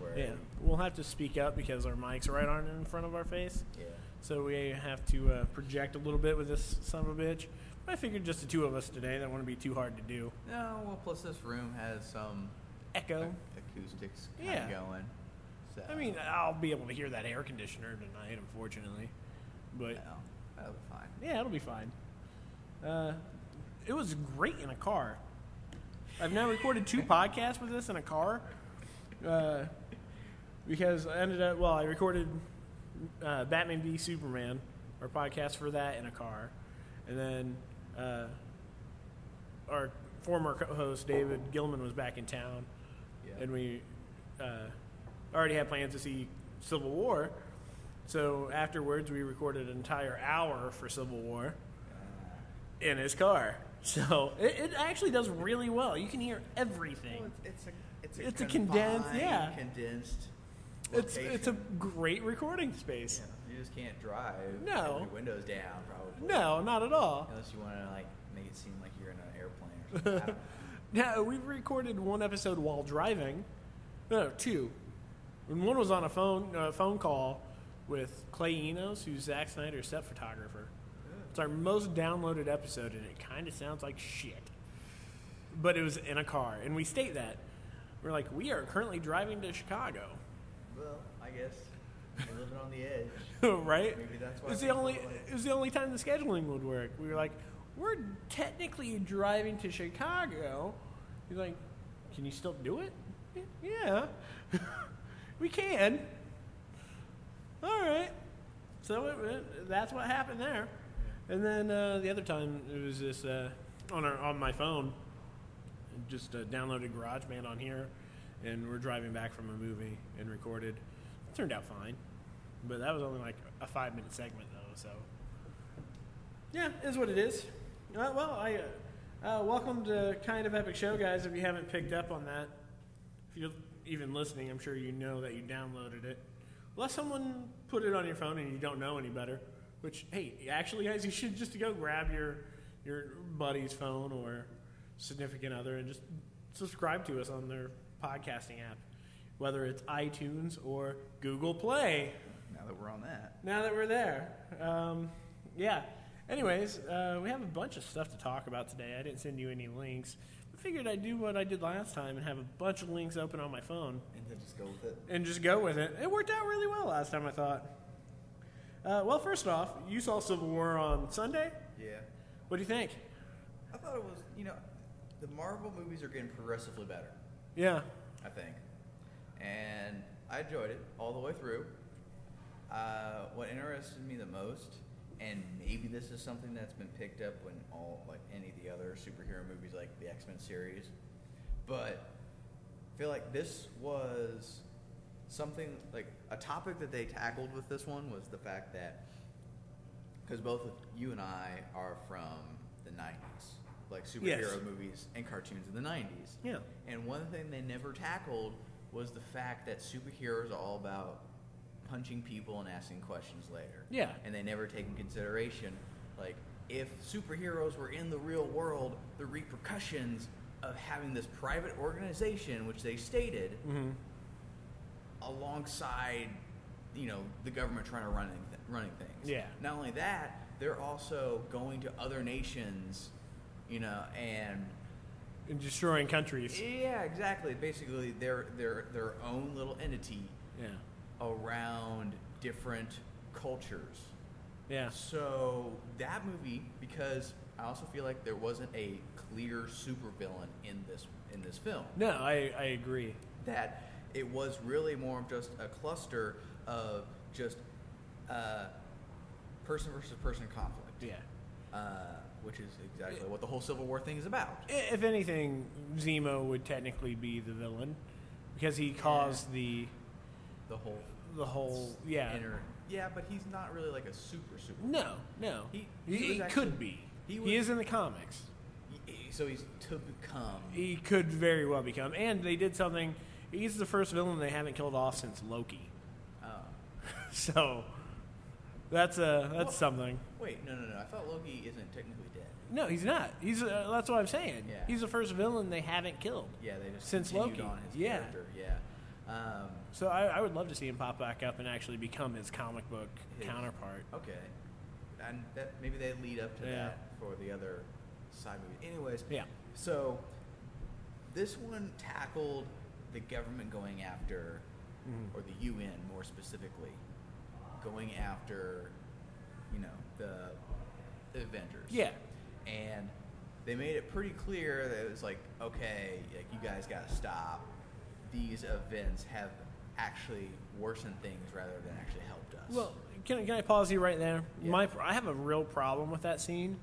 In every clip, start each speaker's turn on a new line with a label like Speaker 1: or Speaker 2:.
Speaker 1: where.
Speaker 2: Yeah, we'll have to speak up because our mics right aren't in front of our face,
Speaker 1: Yeah.
Speaker 2: so we have to uh, project a little bit with this son of a bitch. But I figured just the two of us today, that wouldn't be too hard to do.
Speaker 1: No, well, plus this room has some
Speaker 2: Echo.
Speaker 1: ac- acoustics kind
Speaker 2: Yeah.
Speaker 1: of going. So,
Speaker 2: I mean, I'll be able to hear that air conditioner tonight, unfortunately. But
Speaker 1: no, that'll be fine.
Speaker 2: yeah, it'll be fine. Uh, it was great in a car. I've now recorded two podcasts with this in a car. Uh, because I ended up, well, I recorded uh, Batman v Superman, our podcast for that in a car. And then uh, our former co host, David Gilman, was back in town.
Speaker 1: Yeah.
Speaker 2: And we uh, already had plans to see Civil War. So afterwards, we recorded an entire hour for Civil War
Speaker 1: Uh.
Speaker 2: in his car. So it, it actually does really well. You can hear
Speaker 1: Well,
Speaker 2: everything.
Speaker 1: it's, it's a it's a,
Speaker 2: It's a condensed-
Speaker 1: confined,
Speaker 2: yeah.
Speaker 1: condensed.
Speaker 2: It's it's a
Speaker 1: Oh, location.
Speaker 2: great recording space.
Speaker 1: Yeah, you just can't drive.
Speaker 2: No.
Speaker 1: with your windows down probably.
Speaker 2: No, not at all.
Speaker 1: Unless you want to like make it seem like you're in an airplane or something. I don't know.
Speaker 2: No, we recorded one episode while driving. No, two. And one was on a phone uh, phone call with Clay Enos, who's Zack Snyder's set photographer. It's our most downloaded episode, and it kind of sounds like shit. But it was in a car, and we state that we're like we are currently driving to Chicago.
Speaker 1: well, I guess we're living on the edge.
Speaker 2: right?
Speaker 1: Maybe that's why
Speaker 2: it was the
Speaker 1: people
Speaker 2: only
Speaker 1: like-
Speaker 2: it was the only time the scheduling would work. We were like, we're technically driving to Chicago. He's like, can you still do it? "Y- Yeah, we can. All right. So it, it- that's what happened there. And then uh, the other time it was this uh, on our, on my phone. Just uh, downloaded GarageBand on here, and we're driving back from a movie and recorded. It turned out fine, but that was only like a five minute segment though. So yeah, is what it is. Uh, well, I uh, uh, welcome to kind of epic show, guys. If you haven't picked up on that, if you're even listening, I'm sure you know that you downloaded it. Unless someone put it on your phone and you don't know any better. Which, hey, actually, guys, you should just go grab your your buddy's phone or significant other and just subscribe to us on their podcasting app, whether it's iTunes or Google Play.
Speaker 1: Now that we're on that,
Speaker 2: Now that we're there, um, yeah. Anyways, uh, we have a bunch of stuff to talk about today. I didn't send you any links. I figured I'd do what I did last time and have a bunch of links open on my phone
Speaker 1: and then just go with it.
Speaker 2: and just go with it. It worked out really well last time, I thought. Uh, well, first off, you saw Civil War on Sunday.
Speaker 1: Yeah.
Speaker 2: What do you think?
Speaker 1: I thought it was, you know, the Marvel movies are getting progressively better,
Speaker 2: Yeah,
Speaker 1: I think. And I enjoyed it all the way through. Uh, what interested me the most, and maybe this is something that's been picked up when all, like any of the other superhero movies, like the X Men series, but I feel like this was something, like a topic that they tackled with this one was the fact that because both of you and I are from the 90s, like superhero
Speaker 2: Yes.
Speaker 1: movies and cartoons in the 90s.
Speaker 2: Yeah.
Speaker 1: And one thing they never tackled was the fact that superheroes are all about punching people and asking questions later.
Speaker 2: Yeah.
Speaker 1: And they never take in consideration, like, if superheroes were in the real world, the repercussions of having this private organization, which they stated,
Speaker 2: mm-hmm.
Speaker 1: alongside you know the government trying to run th- running things.
Speaker 2: Yeah.
Speaker 1: Not only that, they're also going to other nations, you know, and
Speaker 2: and destroying countries.
Speaker 1: yeah, exactly. Basically, they're they're their own little entity
Speaker 2: Yeah,
Speaker 1: around different cultures.
Speaker 2: yeah,
Speaker 1: So that movie, because I also feel like there wasn't a clear supervillain in this in this film.
Speaker 2: no, I I agree.
Speaker 1: that it was really more of just a cluster of just uh, person versus person conflict,
Speaker 2: Yeah,
Speaker 1: uh, which is exactly what the whole Civil War thing is about.
Speaker 2: I- if anything, Zemo would technically be the villain because he caused the
Speaker 1: The whole
Speaker 2: the whole yeah.
Speaker 1: inner, yeah, but he's not really like a super super.
Speaker 2: No, no, he
Speaker 1: He- he was actually-
Speaker 2: could be.
Speaker 1: he
Speaker 2: He,
Speaker 1: was-
Speaker 2: is in the comics.
Speaker 1: he- So he's to become.
Speaker 2: He could very well become. And they did something. He's the first villain they haven't killed off since Loki.
Speaker 1: Uh,
Speaker 2: So that's a that's
Speaker 1: Well-
Speaker 2: something.
Speaker 1: wait, no, no, no. I thought Loki isn't technically dead.
Speaker 2: No, he's not. He's uh, that's what I'm saying.
Speaker 1: Yeah.
Speaker 2: He's the first villain they haven't killed.
Speaker 1: Yeah, they just
Speaker 2: Since
Speaker 1: continued
Speaker 2: Loki,
Speaker 1: on his
Speaker 2: yeah.
Speaker 1: character. Yeah. Um,
Speaker 2: So I, I would love to see him pop back up and actually become his comic book
Speaker 1: His-
Speaker 2: counterpart.
Speaker 1: okay, and that, maybe they lead up to
Speaker 2: Yeah.
Speaker 1: that for the other side movie. Anyways,
Speaker 2: Yeah.
Speaker 1: So this one tackled the government going after,
Speaker 2: Mm-hmm.
Speaker 1: or the UN more specifically, going after, you know, the, the Avengers.
Speaker 2: Yeah.
Speaker 1: And they made it pretty clear that it was like, okay, like you guys got to stop. These events have actually worsened things rather than actually helped us.
Speaker 2: Well, can, I- can I pause you right there?
Speaker 1: Yeah.
Speaker 2: My I have a real problem with that scene.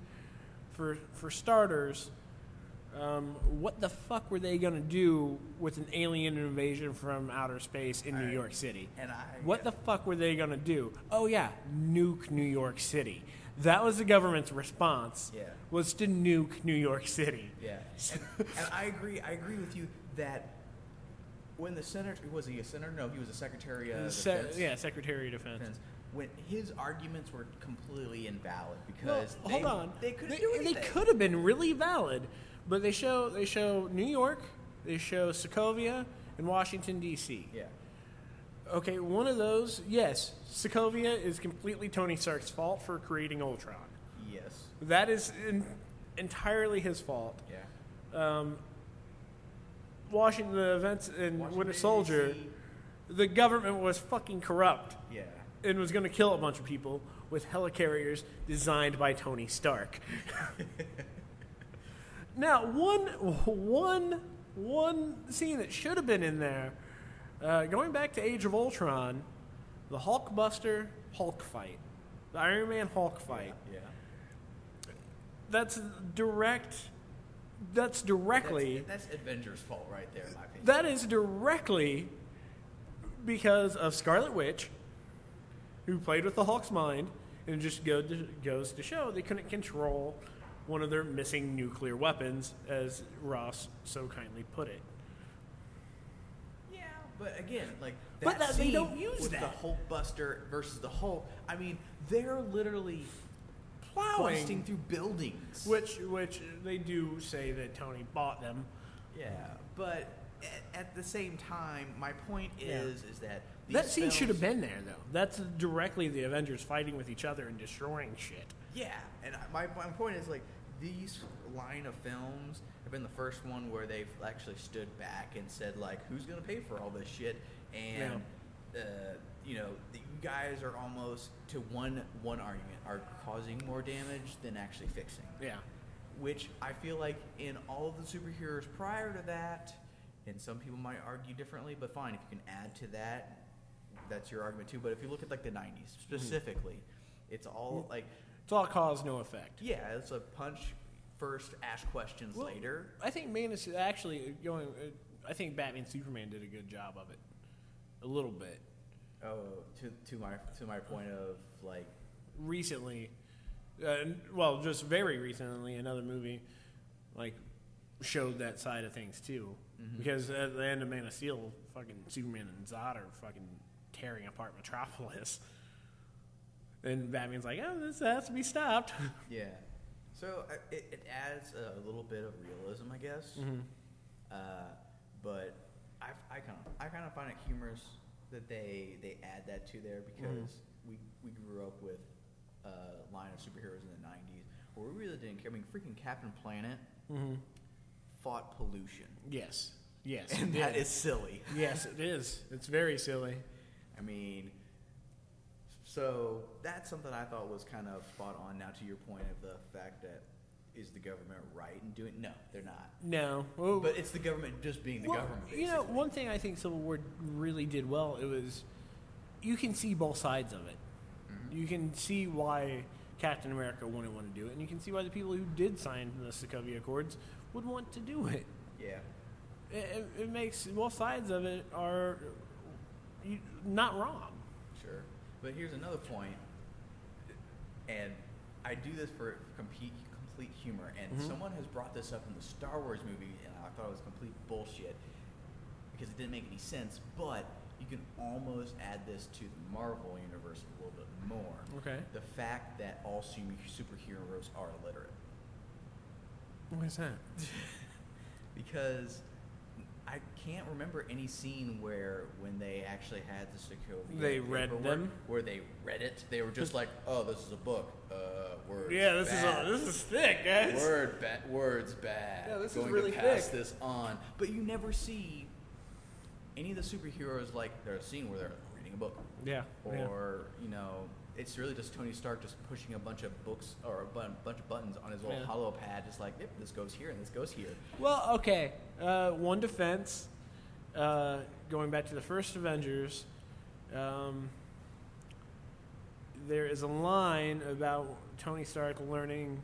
Speaker 2: For for starters, um, what the fuck were they gonna do with an alien invasion from outer space in New
Speaker 1: I-
Speaker 2: York City?
Speaker 1: and uh, I
Speaker 2: what the fuck were they gonna do? Oh yeah, nuke New York City. That was the government's response.
Speaker 1: Yeah.
Speaker 2: Was to nuke New York City.
Speaker 1: Yeah, and, and I agree. I agree with you that when the senator was he a senator? No, he was a secretary of
Speaker 2: Se-
Speaker 1: Uh, defense.
Speaker 2: yeah, Secretary of Defense.
Speaker 1: Defense. When his arguments were completely invalid because
Speaker 2: Well,
Speaker 1: they,
Speaker 2: hold on,
Speaker 1: they couldn't
Speaker 2: They-
Speaker 1: do
Speaker 2: they
Speaker 1: anything.
Speaker 2: could have been really valid, but they show they show New York, they show Sokovia, and Washington D.C.
Speaker 1: Yeah,
Speaker 2: Okay, one of those, yes, Sokovia is completely Tony Stark's fault for creating Ultron.
Speaker 1: yes,
Speaker 2: That is in, entirely his fault.
Speaker 1: yeah.
Speaker 2: Um, Washington, the events in Winter
Speaker 1: Washington,
Speaker 2: Soldier,
Speaker 1: D.C.,
Speaker 2: the government was fucking corrupt
Speaker 1: Yeah,
Speaker 2: and was going to kill a bunch of people with helicarriers designed by Tony Stark. now, one, one, one scene that should have been in there, uh, going back to Age of Ultron, the Hulkbuster Hulk fight, the Iron Man Hulk fight.
Speaker 1: yeah.
Speaker 2: That's direct. That's directly.
Speaker 1: That's, that's Avengers' fault right there, in my opinion.
Speaker 2: That is directly because of Scarlet Witch, who played with the Hulk's mind, and it just go to, goes to show they couldn't control one of their missing nuclear weapons, as Ross so kindly put it.
Speaker 1: Yeah, but again, like that
Speaker 2: But that- they
Speaker 1: scene
Speaker 2: don't use
Speaker 1: with the
Speaker 2: that.
Speaker 1: Hulk Buster versus the Hulk. I mean, they're literally
Speaker 2: Plowing,
Speaker 1: busting through buildings.
Speaker 2: which which they do say that Tony bought them.
Speaker 1: Yeah, but at, at the same time, my point
Speaker 2: Yeah.
Speaker 1: is is that these
Speaker 2: that scene
Speaker 1: films-
Speaker 2: should have been there though. That's directly the Avengers fighting with each other and destroying shit.
Speaker 1: Yeah, and I- my my point is like these line of films have been the first one where they've actually stood back and said like, who's gonna pay for all this shit? And uh, you know, the, you guys are almost to one one argument are causing more damage than actually fixing.
Speaker 2: Yeah.
Speaker 1: which I feel like in all of the superheroes prior to that, and some people might argue differently, but fine, if you can add to that, that's your argument too. But if you look at like the 90s specifically, it's all like,
Speaker 2: It's all cause, no effect.
Speaker 1: yeah, it's a punch first, ask questions
Speaker 2: Well,
Speaker 1: later.
Speaker 2: I think Man is actually going. uh, I think Batman Superman did a good job of it, a little bit
Speaker 1: Oh, to, to my to my point of like,
Speaker 2: recently. Uh, well, just very recently, another movie like showed that side of things too.
Speaker 1: Mm-hmm.
Speaker 2: Because at the end of Man of Steel, fucking Superman and Zod are fucking tearing apart Metropolis, and Batman's like, "Oh, this has to be stopped."
Speaker 1: yeah. So I- it, it adds a little bit of realism, I guess. Uh, but I, I kind of I kind of find it humorous that they they add that to there because we we grew up with a line of superheroes in the '90s where we really didn't care. I mean, freaking Captain Planet fought pollution,
Speaker 2: Yes, Mm-hmm. yes,
Speaker 1: and
Speaker 2: it
Speaker 1: that
Speaker 2: did.
Speaker 1: is silly.
Speaker 2: yes, it is. It's very silly.
Speaker 1: I mean, so that's something I thought was kind of spot on. Now, to your point of the fact that is the government right in doing? No, they're not.
Speaker 2: No, Well,
Speaker 1: But it's the government just being the
Speaker 2: Well,
Speaker 1: government.
Speaker 2: You know,
Speaker 1: basically.
Speaker 2: one thing I think Civil War really did well, it was you can see both sides of it.
Speaker 1: Mm-hmm.
Speaker 2: You can see why Captain America wouldn't want to do it, and you can see why the people who did sign the Sokovia Accords would want to do it.
Speaker 1: yeah.
Speaker 2: It, it, it makes both sides of it are you- not wrong.
Speaker 1: Sure. But here's another point, and I do this for complete, complete humor, and
Speaker 2: Mm-hmm.
Speaker 1: someone has brought this up in the Star Wars movie, and I thought it was complete bullshit because it didn't make any sense, but you can almost add this to the Marvel universe a little bit more.
Speaker 2: Okay.
Speaker 1: The fact that all su- superheroes are illiterate.
Speaker 2: What is that?
Speaker 1: Because I can't remember any scene where when they actually had the Sokovia.
Speaker 2: They read
Speaker 1: paperwork,
Speaker 2: them?
Speaker 1: Where they read it, they were just like, "Oh, this is a book. Uh, words.
Speaker 2: Yeah, this is
Speaker 1: bad.
Speaker 2: all, this is thick, guys.
Speaker 1: Word ba- words bad.
Speaker 2: Yeah, this is
Speaker 1: Going
Speaker 2: really
Speaker 1: to pass
Speaker 2: thick.
Speaker 1: this on, but you never see any of the superheroes like there's a scene where they're reading a book,
Speaker 2: Yeah. yeah.
Speaker 1: or you know, it's really just Tony Stark just pushing a bunch of books or a bun- bunch of buttons on his little
Speaker 2: Yeah.
Speaker 1: hollow pad, just like, "Yep, this goes here and this goes here."
Speaker 2: Well, okay. Uh, one defense. Uh, going back to the first Avengers, um, there is a line about Tony Stark learning,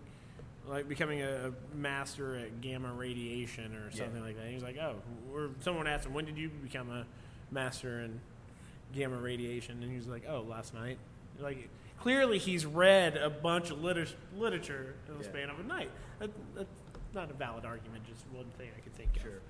Speaker 2: like becoming a, a master at gamma radiation or
Speaker 1: Yeah.
Speaker 2: something like that. He's like, oh, or someone asked him, when did you become a master in gamma radiation? And he's like, oh, last night. Like, clearly he's read a bunch of liter- literature in the
Speaker 1: Yeah.
Speaker 2: span of a night. That, that's not a valid argument, just one thing I could think of.
Speaker 1: Sure.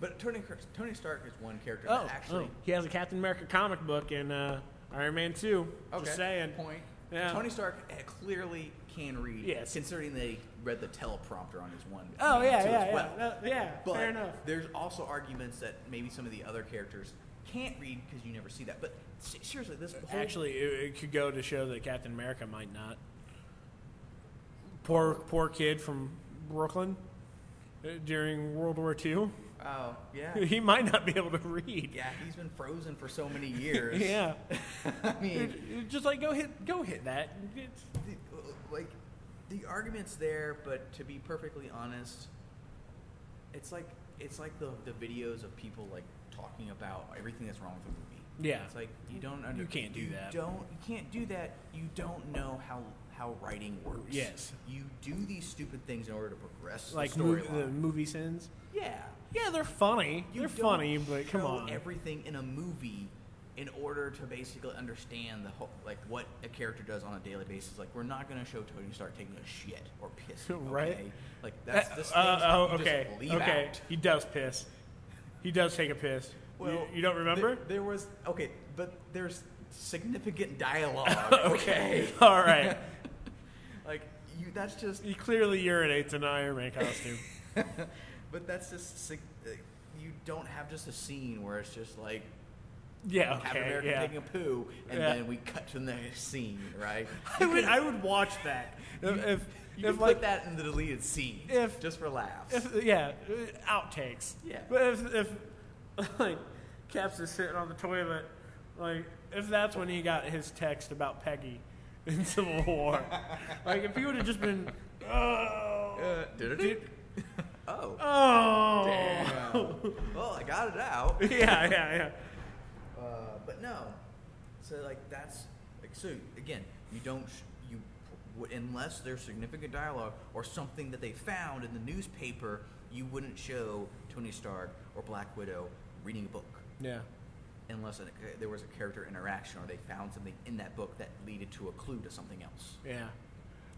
Speaker 1: But Tony Tony Stark is one character
Speaker 2: Oh,
Speaker 1: that actually.
Speaker 2: oh, he has a Captain America comic book and uh, Iron Man 2.
Speaker 1: Okay.
Speaker 2: Just saying.
Speaker 1: Point.
Speaker 2: Yeah.
Speaker 1: Tony Stark eh, clearly can read.
Speaker 2: Yes.
Speaker 1: Considering they read the teleprompter on his one.
Speaker 2: Oh,
Speaker 1: thing,
Speaker 2: yeah,
Speaker 1: too,
Speaker 2: yeah,
Speaker 1: as
Speaker 2: yeah.
Speaker 1: well.
Speaker 2: Uh, yeah,
Speaker 1: But
Speaker 2: fair enough.
Speaker 1: there's also arguments that maybe some of the other characters can't read because you never see that. But se- seriously, this whole
Speaker 2: Uh, Actually, it, it could go to show that Captain America might not. Poor, poor kid from Brooklyn uh, during World War II.
Speaker 1: Oh yeah.
Speaker 2: he might not be able to read.
Speaker 1: yeah, he's been frozen for so many years.
Speaker 2: yeah.
Speaker 1: I mean,
Speaker 2: It- it- just like go hit, go hit that. It's,
Speaker 1: the, uh, like the argument's there, but to be perfectly honest, it's like it's like the the videos of people like talking about everything that's wrong with the movie.
Speaker 2: Yeah.
Speaker 1: it's like you don't under-
Speaker 2: You can't do that.
Speaker 1: Don't you can't do that. You don't know how how writing works.
Speaker 2: Yes.
Speaker 1: you do these stupid things in order to progress
Speaker 2: like
Speaker 1: the
Speaker 2: mov- the
Speaker 1: storyline.
Speaker 2: movie sins.
Speaker 1: yeah,
Speaker 2: Yeah, they're funny.
Speaker 1: you
Speaker 2: they're
Speaker 1: don't
Speaker 2: funny, but come
Speaker 1: show
Speaker 2: on.
Speaker 1: everything in a movie in order to basically understand the whole, like what a character does on a daily basis. Like we're not going to show Tony Stark taking a shit or pissing, okay?
Speaker 2: Right.
Speaker 1: Like that's the things
Speaker 2: Uh,
Speaker 1: that
Speaker 2: oh,
Speaker 1: you
Speaker 2: okay.
Speaker 1: just leave
Speaker 2: okay.
Speaker 1: out.
Speaker 2: He does piss. He does take a piss. Well, you, you don't remember?
Speaker 1: There, there was okay, but there's significant dialogue. okay,
Speaker 2: All right.
Speaker 1: like you. That's just
Speaker 2: he clearly urinates in an Iron Man costume.
Speaker 1: but that's just sig- uh, you don't have just a scene where it's just like
Speaker 2: Yeah.
Speaker 1: Captain
Speaker 2: Okay.
Speaker 1: America
Speaker 2: yeah.
Speaker 1: taking a poo, and
Speaker 2: Yeah.
Speaker 1: then we cut to the next scene, right?
Speaker 2: I would. I would watch that. If, if,
Speaker 1: You
Speaker 2: if
Speaker 1: can
Speaker 2: like
Speaker 1: put that in the deleted scene,
Speaker 2: if-
Speaker 1: just for laughs.
Speaker 2: If, yeah, uh, outtakes.
Speaker 1: Yeah.
Speaker 2: But if, if like Caps is sitting on the toilet, like if that's when he got his text about Peggy in Civil War, like if he would have just been, oh,
Speaker 1: Uh, did oh,
Speaker 2: oh,
Speaker 1: damn. well, I got it out.
Speaker 2: yeah, yeah, yeah,
Speaker 1: Uh, but no, so like that's like so again, you don't sh- you w- unless there's significant dialogue or something that they found in the newspaper, you wouldn't show Tony Stark or Black Widow reading a book.
Speaker 2: yeah.
Speaker 1: unless a- there was a character interaction or they found something in that book that leaded to a clue to something else.
Speaker 2: Yeah.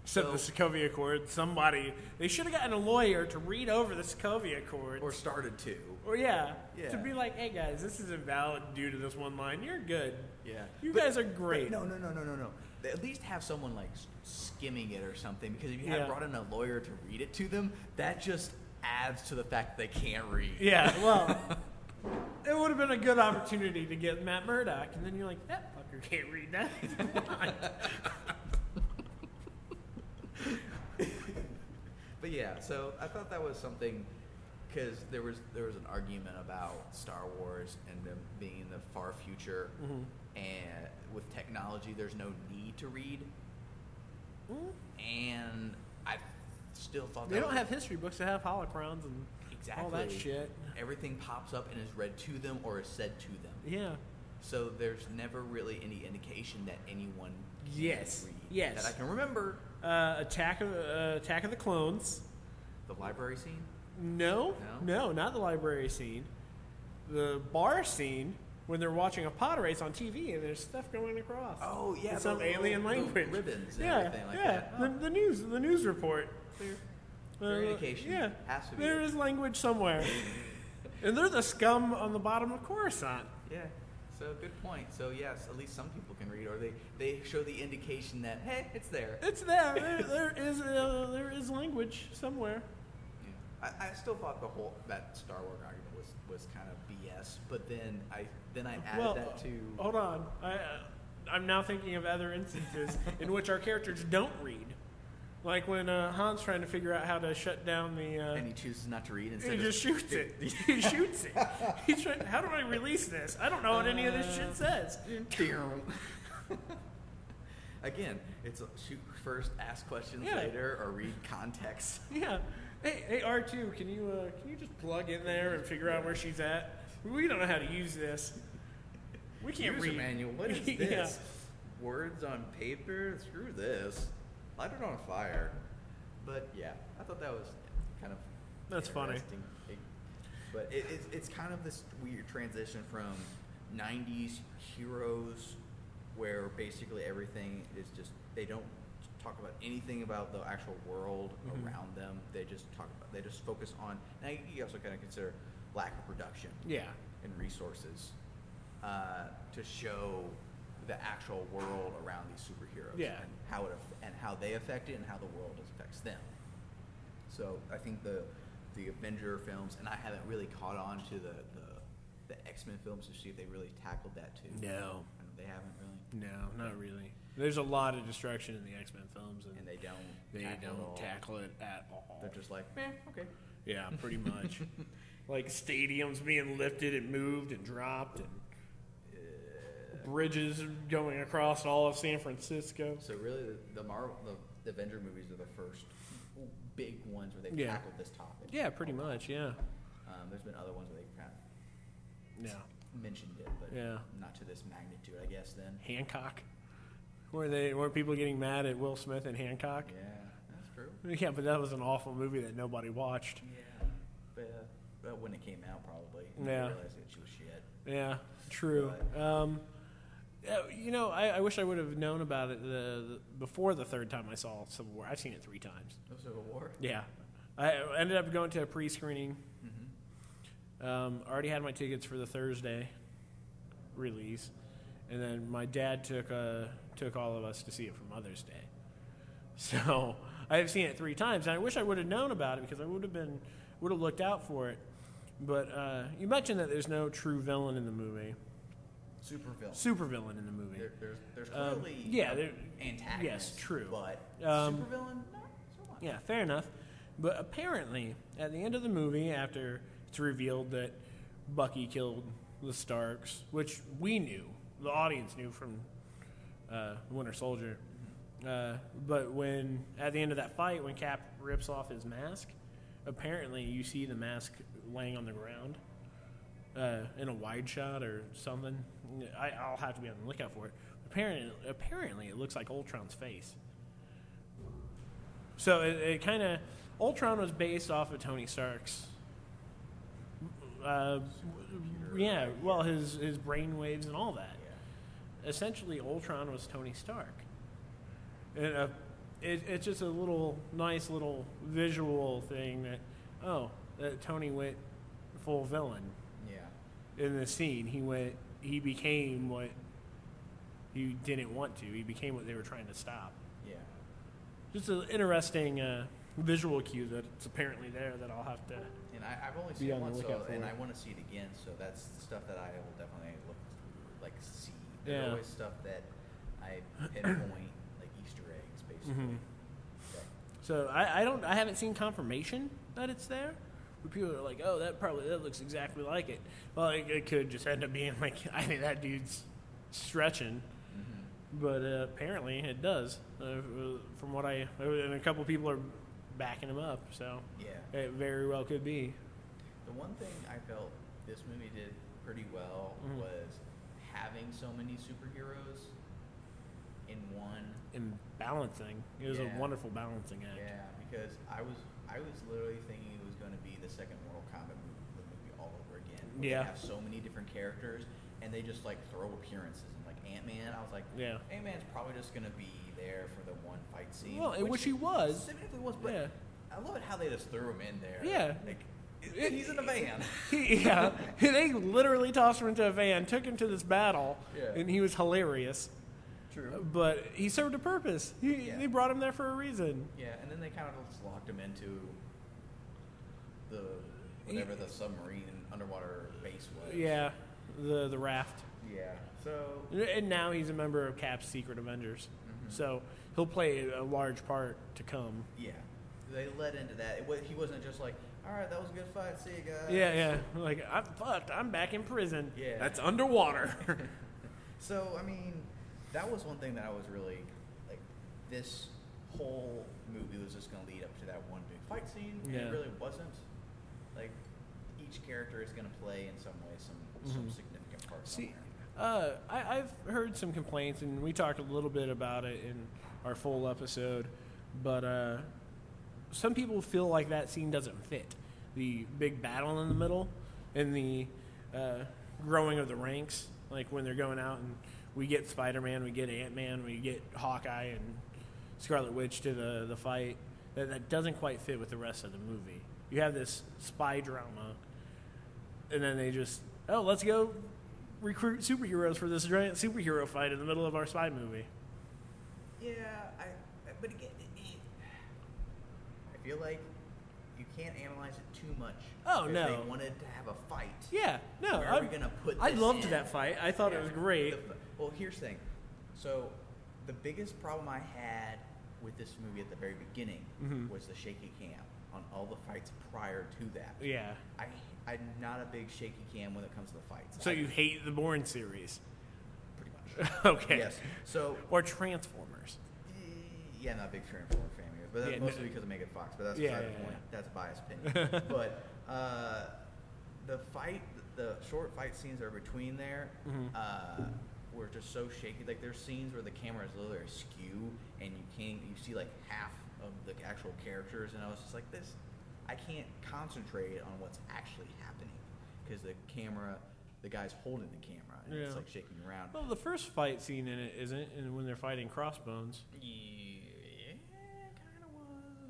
Speaker 2: Except
Speaker 1: So-
Speaker 2: the Sokovia Accord, somebody they should have gotten a lawyer to read over the Sokovia Accord.
Speaker 1: Or started to.
Speaker 2: Or yeah,
Speaker 1: Yeah.
Speaker 2: to be like, hey guys, this is invalid due to this one line. You're good.
Speaker 1: Yeah.
Speaker 2: You
Speaker 1: But-
Speaker 2: guys are great.
Speaker 1: No, no, no, no, no, no. They At least have someone like s- skimming it or something because if you
Speaker 2: Yeah.
Speaker 1: have brought in a lawyer to read it to them, that just adds to the fact that they can't read.
Speaker 2: Yeah, well, it would have been a good opportunity to get Matt Murdock, and then you're like, that fucker can't read that. He's blind."
Speaker 1: But yeah, so I thought that was something because there was there was an argument about Star Wars and them being in the far future,
Speaker 2: Mm-hmm.
Speaker 1: and with technology, there's no need to read. And I still thought
Speaker 2: they
Speaker 1: that
Speaker 2: don't
Speaker 1: was-
Speaker 2: have history books; they have holocrons and
Speaker 1: exactly
Speaker 2: all that shit.
Speaker 1: Everything pops up and is read to them or is said to them.
Speaker 2: Yeah,
Speaker 1: So there's never really any indication that anyone can
Speaker 2: Yes.
Speaker 1: read
Speaker 2: Yes.
Speaker 1: that I can remember.
Speaker 2: uh, Attack of uh, Attack of the Clones.
Speaker 1: The library scene.
Speaker 2: No,
Speaker 1: No?
Speaker 2: not the library scene. The bar scene when they're watching a pod race on TV and there's stuff going across.
Speaker 1: Oh, yeah,
Speaker 2: In
Speaker 1: the
Speaker 2: some
Speaker 1: little-
Speaker 2: alien
Speaker 1: the
Speaker 2: language.
Speaker 1: ribbons and
Speaker 2: yeah,
Speaker 1: everything like
Speaker 2: yeah.
Speaker 1: that. Oh.
Speaker 2: The, the news, the news report.
Speaker 1: Their
Speaker 2: Uh,
Speaker 1: indication
Speaker 2: yeah,
Speaker 1: has to be
Speaker 2: there
Speaker 1: it.
Speaker 2: is language somewhere, and they're the scum on the bottom of Coruscant.
Speaker 1: Yeah. So good point. So yes, at least some people can read, or they they show the indication that hey, it's there.
Speaker 2: It's there. there, there is uh, there is language somewhere.
Speaker 1: Yeah. I, I still thought the whole that Star Wars argument was was kind of BS, but then I then I added
Speaker 2: well,
Speaker 1: that to
Speaker 2: uh, hold on. I, uh, I'm now thinking of other instances in which our characters don't read, like when uh, Han's trying to figure out how to shut down the. Uh,
Speaker 1: and he chooses not to read instead
Speaker 2: he
Speaker 1: of
Speaker 2: just shoots it. He shoots it. He's trying. How do I release this? I don't know what any of this shit says.
Speaker 1: Again, it's a shoot first, ask questions
Speaker 2: Yeah.
Speaker 1: later, or read context.
Speaker 2: Yeah. Hey, hey, R two, can you uh, can you just plug in there and figure out where she's at? We don't know how to use this. We can't
Speaker 1: User
Speaker 2: read.
Speaker 1: manual. What is
Speaker 2: Yeah.
Speaker 1: this? Words on paper? Screw this. Light it on fire. But yeah, I thought that was kind of
Speaker 2: That's funny.
Speaker 1: interesting. It- But it, it's it's kind of this weird transition from '90s heroes, where basically everything is just they don't talk about anything about the actual world
Speaker 2: Mhm.
Speaker 1: around them. They just talk about they just focus on. Now you also kind of consider lack of production
Speaker 2: Yeah.
Speaker 1: and resources uh, to show the actual world around these superheroes
Speaker 2: Yeah.
Speaker 1: and how it aff- and how they affect it and how the world affects them. So I think the the Avenger films, and I haven't really caught on to the the, the X Men films to see if they really tackled that too.
Speaker 2: No.
Speaker 1: And they haven't really,
Speaker 2: No, not really. There's a lot of destruction in the X Men films, and,
Speaker 1: and they don't.
Speaker 2: they
Speaker 1: tackle it
Speaker 2: don't
Speaker 1: all.
Speaker 2: tackle it at all.
Speaker 1: They're just like, man, okay.
Speaker 2: yeah, pretty much. like stadiums being lifted and moved and dropped, and uh, bridges going across all of San Francisco.
Speaker 1: So really, the, the Marvel, the, the Avenger movies are the first big ones where they
Speaker 2: Yeah.
Speaker 1: tackled this topic.
Speaker 2: Yeah, pretty much. Yeah.
Speaker 1: Um, there's been other ones where they kind of
Speaker 2: Yeah.
Speaker 1: mentioned it, but
Speaker 2: Yeah.
Speaker 1: not to this magnitude, I guess. Then,
Speaker 2: Hancock. Were they were people getting mad at Will Smith and Hancock?
Speaker 1: yeah, that's true.
Speaker 2: Yeah, but that was an awful movie that nobody watched.
Speaker 1: Yeah, but, uh, but when it came out, probably and
Speaker 2: Yeah.
Speaker 1: they realized that she was shit.
Speaker 2: Yeah, true. Um, uh, you know, I, I wish I would have known about it the, the, before the third time I saw Civil War. I've seen it three times.
Speaker 1: No Civil War.
Speaker 2: Yeah, I ended up going to a pre-screening. Um, already had my tickets for the Thursday release, and then my dad took uh, took all of us to see it for Mother's Day. So I have seen it three times, and I wish I would have known about it because I would have been would have looked out for it. But uh, you mentioned that there's no true villain in the movie,
Speaker 1: Super villain.
Speaker 2: super villain in the movie.
Speaker 1: There, there's there's
Speaker 2: Um,
Speaker 1: clearly
Speaker 2: yeah,
Speaker 1: uh,
Speaker 2: there-
Speaker 1: antagonists.
Speaker 2: yes, true.
Speaker 1: But
Speaker 2: Um,
Speaker 1: super villain, not so much.
Speaker 2: Yeah, fair enough. But apparently, at the end of the movie, after it's revealed that Bucky killed the Starks, which we knew, the audience knew from uh, Winter Soldier. Uh, but when at the end of that fight, when Cap rips off his mask, apparently you see the mask laying on the ground uh, in a wide shot or something. I, I'll have to be on the lookout for it. Apparently, apparently, it looks like Ultron's face. So it, it kind of Ultron was based off of Tony Stark's. Uh, yeah, well, his his brain waves and all that. Essentially, Ultron was Tony Stark. And uh, it, it's just a little nice little visual thing that oh, that Tony went full villain
Speaker 1: Yeah.
Speaker 2: in the scene. He went. He became what he didn't want to. He became what they were trying to stop
Speaker 1: Yeah.
Speaker 2: just an interesting uh, visual cue that's apparently there that I'll have to.
Speaker 1: And I, I've only
Speaker 2: Be
Speaker 1: seen it
Speaker 2: on the
Speaker 1: once, so,
Speaker 2: lookout for
Speaker 1: and
Speaker 2: it.
Speaker 1: I want to see it again. So that's the stuff that I will definitely look like see. There's
Speaker 2: Yeah.
Speaker 1: always stuff that I pinpoint like Easter eggs, basically.
Speaker 2: Mm-hmm.
Speaker 1: that
Speaker 2: So I, I don't. I haven't seen confirmation that it's there. But people are like, "Oh, that probably that looks exactly like it." Well, it, it could just end up being like, I think that dude's stretching, but uh, apparently it does. Uh, uh, from what I and a couple people are backing him up, so
Speaker 1: Yeah.
Speaker 2: it very well could be.
Speaker 1: The one thing I felt this movie did pretty well
Speaker 2: Mhm.
Speaker 1: was having so many superheroes in one.
Speaker 2: And balancing, it was
Speaker 1: Yeah.
Speaker 2: a wonderful balancing act.
Speaker 1: Yeah, because I was I was literally thinking it was going to be the second Mortal Kombat movie, the movie all over again. where
Speaker 2: Yeah.
Speaker 1: They have so many different characters, and they just like throw appearances. And like Ant Man, I was like,
Speaker 2: Yeah.
Speaker 1: Ant Man's probably just going to be there for the one fight scene.
Speaker 2: Well, and which he was.
Speaker 1: Specifically was, but
Speaker 2: Yeah.
Speaker 1: I love it how they just threw him in there.
Speaker 2: Yeah.
Speaker 1: Like,
Speaker 2: It-
Speaker 1: he's in a van.
Speaker 2: yeah, they literally tossed him into a van, took him to this battle,
Speaker 1: Yeah.
Speaker 2: and he was hilarious.
Speaker 1: True.
Speaker 2: But he served a purpose. He,
Speaker 1: Yeah.
Speaker 2: They brought him there for a reason.
Speaker 1: Yeah, and then they kind of just locked him into the whatever the submarine underwater base was.
Speaker 2: Yeah, the the raft.
Speaker 1: Yeah. So
Speaker 2: And now he's a member of Cap's Secret Avengers,
Speaker 1: Mm-hmm.
Speaker 2: so he'll play a large part to come.
Speaker 1: yeah, they led into that. It wa- he wasn't just like, all right, that was a good fight. See you guys.
Speaker 2: Yeah, yeah. Like I'm fucked. I'm back in prison.
Speaker 1: Yeah.
Speaker 2: that's underwater.
Speaker 1: So I mean, that was one thing that I was really like. This whole movie was just going to lead up to that one big fight scene, and
Speaker 2: Yeah.
Speaker 1: it really wasn't. Like each character is going to play in some way some some significant part.
Speaker 2: Mm-hmm. See,
Speaker 1: somewhere.
Speaker 2: uh, I, I've heard some complaints, and we talked a little bit about it in our full episode, but uh, some people feel like that scene doesn't fit the big battle in the middle and the uh, growing of the ranks, like when they're going out and we get Spider Man, we get Ant Man, we get Hawkeye and Scarlet Witch to the the fight. That that doesn't quite fit with the rest of the movie. You have this spy drama and then they just oh let's go recruit superheroes for this giant superhero fight in the middle of our spy movie
Speaker 1: Yeah, I. I- But again, it, it, I feel like you can't analyze it too much.
Speaker 2: Oh,
Speaker 1: because
Speaker 2: no.
Speaker 1: They wanted to have a fight.
Speaker 2: yeah no
Speaker 1: Where
Speaker 2: I,
Speaker 1: are we gonna put
Speaker 2: I
Speaker 1: this
Speaker 2: loved
Speaker 1: in?
Speaker 2: that fight i thought it was great
Speaker 1: The- well, here's the thing. So, the biggest problem I had with this movie at the very beginning
Speaker 2: Mhm.
Speaker 1: was the shaky cam on all the fights prior to that.
Speaker 2: yeah
Speaker 1: I, I'm not a big shaky cam when it comes to the fights.
Speaker 2: so
Speaker 1: I-
Speaker 2: you hate the bourne series
Speaker 1: pretty much.
Speaker 2: okay
Speaker 1: Yes. So
Speaker 2: or transformers
Speaker 1: Yeah, not a big fan for fan here, but that's
Speaker 2: Yeah,
Speaker 1: mostly
Speaker 2: no.
Speaker 1: because of Megan Fox. But that's
Speaker 2: Yeah,
Speaker 1: beside
Speaker 2: yeah,
Speaker 1: the point.
Speaker 2: yeah.
Speaker 1: That's a biased opinion. but uh, the fight, the short fight scenes that are between there,
Speaker 2: Mm-hmm.
Speaker 1: uh, were just so shaky. Like there's scenes where the camera is literally askew, and you can't, you see like half of the actual characters, and I was just like, this, I can't concentrate on what's actually happening because the camera, the guy's holding the camera, and it's
Speaker 2: Yeah.
Speaker 1: like shaking around.
Speaker 2: well the first fight scene in it isn't and when they're fighting crossbones
Speaker 1: Yeah, kind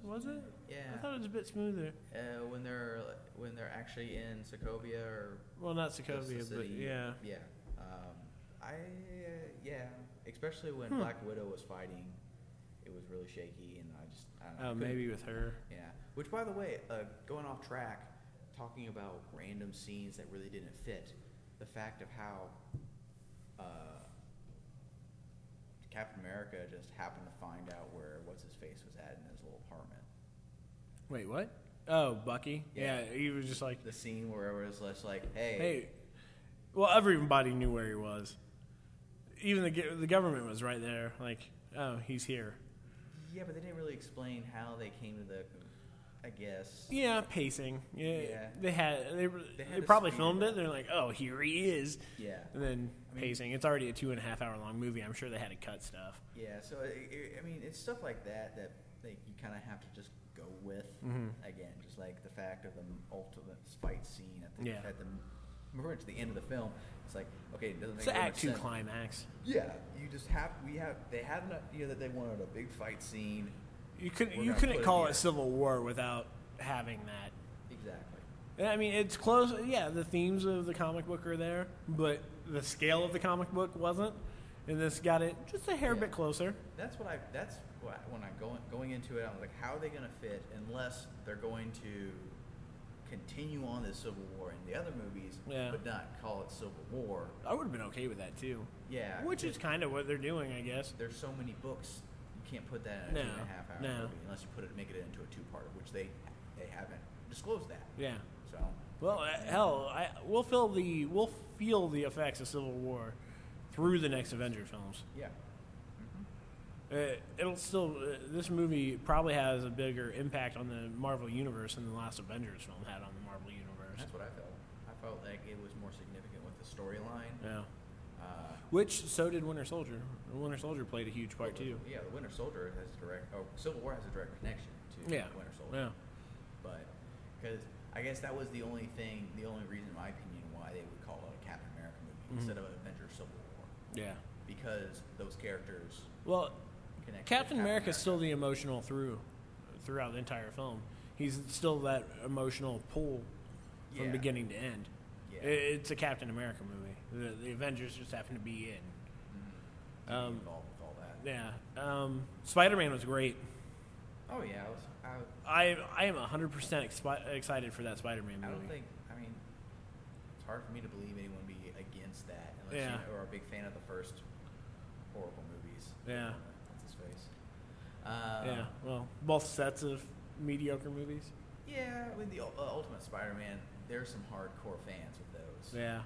Speaker 1: of was.
Speaker 2: was it i
Speaker 1: Yeah.
Speaker 2: thought it was a bit smoother
Speaker 1: Uh, when they're when they're actually in Sokovia or
Speaker 2: well not
Speaker 1: just the
Speaker 2: sokovia but
Speaker 1: city.
Speaker 2: yeah
Speaker 1: yeah. Um, I uh, yeah, especially
Speaker 2: Hmm.
Speaker 1: when Black Widow was fighting, it was really shaky, and I just I don't know.
Speaker 2: uh,
Speaker 1: couldn't-
Speaker 2: maybe with her
Speaker 1: yeah. Which, by the way, uh, going off track, talking about random scenes that really didn't fit, the fact of how uh, Captain America just happened to find out where what's his face was at in his little apartment.
Speaker 2: wait what oh bucky yeah,
Speaker 1: Yeah.
Speaker 2: he was just like
Speaker 1: The scene where it was just like, hey,
Speaker 2: Hey, well, everybody knew where he was. Even the go- the government was right there. Like, oh, he's here.
Speaker 1: yeah, but they didn't really explain how they came to the, I guess.
Speaker 2: Yeah, pacing. Yeah,
Speaker 1: Yeah.
Speaker 2: they had they, were-
Speaker 1: They
Speaker 2: they,
Speaker 1: had to
Speaker 2: probably
Speaker 1: speed
Speaker 2: filmed
Speaker 1: it
Speaker 2: it.
Speaker 1: up.
Speaker 2: They're like, oh, here he is,
Speaker 1: Yeah.
Speaker 2: and then
Speaker 1: I mean-
Speaker 2: pacing. It's already a two and a half hour long movie. I'm sure they had to cut stuff.
Speaker 1: Yeah, so uh, it, it, I mean, it's stuff like that that like, you kind of have to just go with.
Speaker 2: Mm-hmm.
Speaker 1: Again, just like the fact of the m- ultimate fight scene at the
Speaker 2: Yeah.
Speaker 1: at the m- pretty much the end of the film. It's like okay, it doesn't make
Speaker 2: It's the
Speaker 1: very
Speaker 2: act
Speaker 1: much
Speaker 2: two
Speaker 1: sense.
Speaker 2: climax.
Speaker 1: Yeah, you just have we have they had an idea that they wanted a big fight scene.
Speaker 2: You couldn't
Speaker 1: We're
Speaker 2: you
Speaker 1: gonna put
Speaker 2: couldn't
Speaker 1: it
Speaker 2: call
Speaker 1: here.
Speaker 2: it Civil War without having that.
Speaker 1: Exactly.
Speaker 2: And, I mean, it's close. Yeah, the themes of the comic book are there, but the scale of the comic book wasn't. And this got it just a hair
Speaker 1: Yeah.
Speaker 2: bit closer.
Speaker 1: That's what I. That's what I- when I going going into it, I'm like, how are they going to fit unless they're going to continue on this civil war in the other movies,
Speaker 2: Yeah.
Speaker 1: but not call it civil war.
Speaker 2: I would have been okay with that too.
Speaker 1: Yeah,
Speaker 2: Which is kind of what they're doing, I guess.
Speaker 1: there's so many books you can't put that in a
Speaker 2: No,
Speaker 1: two and a half hour
Speaker 2: no.
Speaker 1: movie unless you put it make it into a two part which they they haven't disclosed that
Speaker 2: Yeah.
Speaker 1: so
Speaker 2: Well, uh, hell, I, we'll feel the we'll feel the effects of Civil War through the next Avenger films.
Speaker 1: yeah
Speaker 2: Uh, it'll still uh, this movie probably has a bigger impact on the Marvel universe than the last Avengers film had on the Marvel universe.
Speaker 1: that's what I felt I felt like it was more significant with the storyline
Speaker 2: Yeah.
Speaker 1: uh,
Speaker 2: Which so did Winter Soldier. Winter Soldier played a huge part too.
Speaker 1: yeah the Winter Soldier has direct oh Civil War has a direct connection to
Speaker 2: Yeah.
Speaker 1: Winter Soldier
Speaker 2: Yeah.
Speaker 1: but because I guess that was the only thing the only reason in my opinion why they would call it a Captain America
Speaker 2: Mm-hmm.
Speaker 1: movie instead of an Avengers Civil War
Speaker 2: Yeah.
Speaker 1: because those characters
Speaker 2: Well,
Speaker 1: connect to
Speaker 2: Captain America's still the emotional through throughout the entire film. He's still that emotional pull from
Speaker 1: Yeah.
Speaker 2: beginning to end.
Speaker 1: Yeah.
Speaker 2: I- It's a Captain America movie. The, the Avengers just happen to be in.
Speaker 1: to be
Speaker 2: Um,
Speaker 1: involved with all that
Speaker 2: yeah. Um, Spider Man was great.
Speaker 1: Oh Oh yeah, I was. I, was-
Speaker 2: I I am hundred percent expi- excited for that Spider-Man
Speaker 1: I don't
Speaker 2: movie.
Speaker 1: think. I mean, it's hard for me to believe anyone would be against that unless
Speaker 2: Yeah.
Speaker 1: you are a big fan of the first horrible movies.
Speaker 2: Yeah.
Speaker 1: What's his face? Uh,
Speaker 2: yeah, well, both sets of mediocre movies.
Speaker 1: Yeah, with the ul- uh, Ultimate Spider-Man, there's some hardcore fans of those.
Speaker 2: Yeah,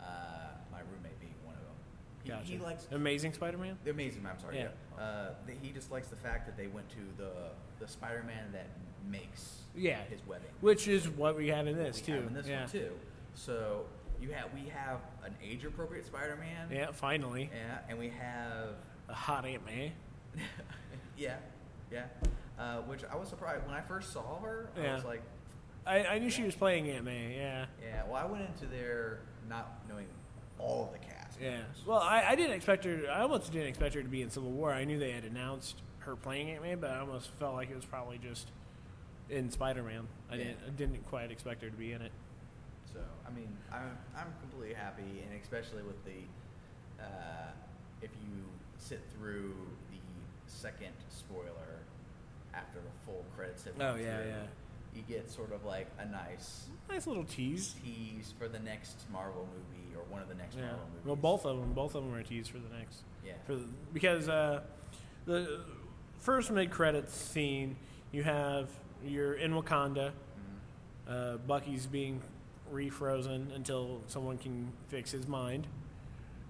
Speaker 1: Uh, my roommate being one of them. He,
Speaker 2: gotcha.
Speaker 1: he likes
Speaker 2: Amazing Spider-Man.
Speaker 1: the Amazing. I'm sorry.
Speaker 2: Yeah.
Speaker 1: Uh, th- he just likes the fact that they went to the the Spider-Man that makes
Speaker 2: Yeah.
Speaker 1: his webbing.
Speaker 2: Which is what we have in
Speaker 1: What
Speaker 2: this
Speaker 1: we
Speaker 2: too.
Speaker 1: have in this
Speaker 2: yeah.
Speaker 1: one too. So you have we have an age-appropriate Spider-Man.
Speaker 2: Yeah, finally,
Speaker 1: Yeah, and we have
Speaker 2: a hot Aunt May.
Speaker 1: yeah, yeah. Uh, which I was surprised when I first saw her. I
Speaker 2: Yeah.
Speaker 1: was like,
Speaker 2: I, I knew she was playing Aunt May. Yeah,
Speaker 1: yeah. Well, I went into there not knowing all of the cast.
Speaker 2: yeah.
Speaker 1: members.
Speaker 2: Well, I, I didn't expect her. I almost didn't expect her to be in Civil War. I knew they had announced her playing Aunt May, but I almost felt like it was probably just in Spider-Man. I
Speaker 1: Yeah.
Speaker 2: didn't I didn't quite expect her to be in it.
Speaker 1: So I mean, I'm I'm completely happy, and especially with the uh, if you sit through the second spoiler after the full credits have
Speaker 2: Oh,
Speaker 1: gone
Speaker 2: yeah,
Speaker 1: through,
Speaker 2: yeah.
Speaker 1: you get sort of like a nice
Speaker 2: Nice little tease.
Speaker 1: tease for the next Marvel movie or one of the next
Speaker 2: Yeah.
Speaker 1: Marvel movies.
Speaker 2: Well, both of them, both of them are a tease for the next.
Speaker 1: Yeah.
Speaker 2: For the, because uh, the first mid credits scene, you have you're in Wakanda. Uh, Bucky's being refrozen until someone can fix his mind,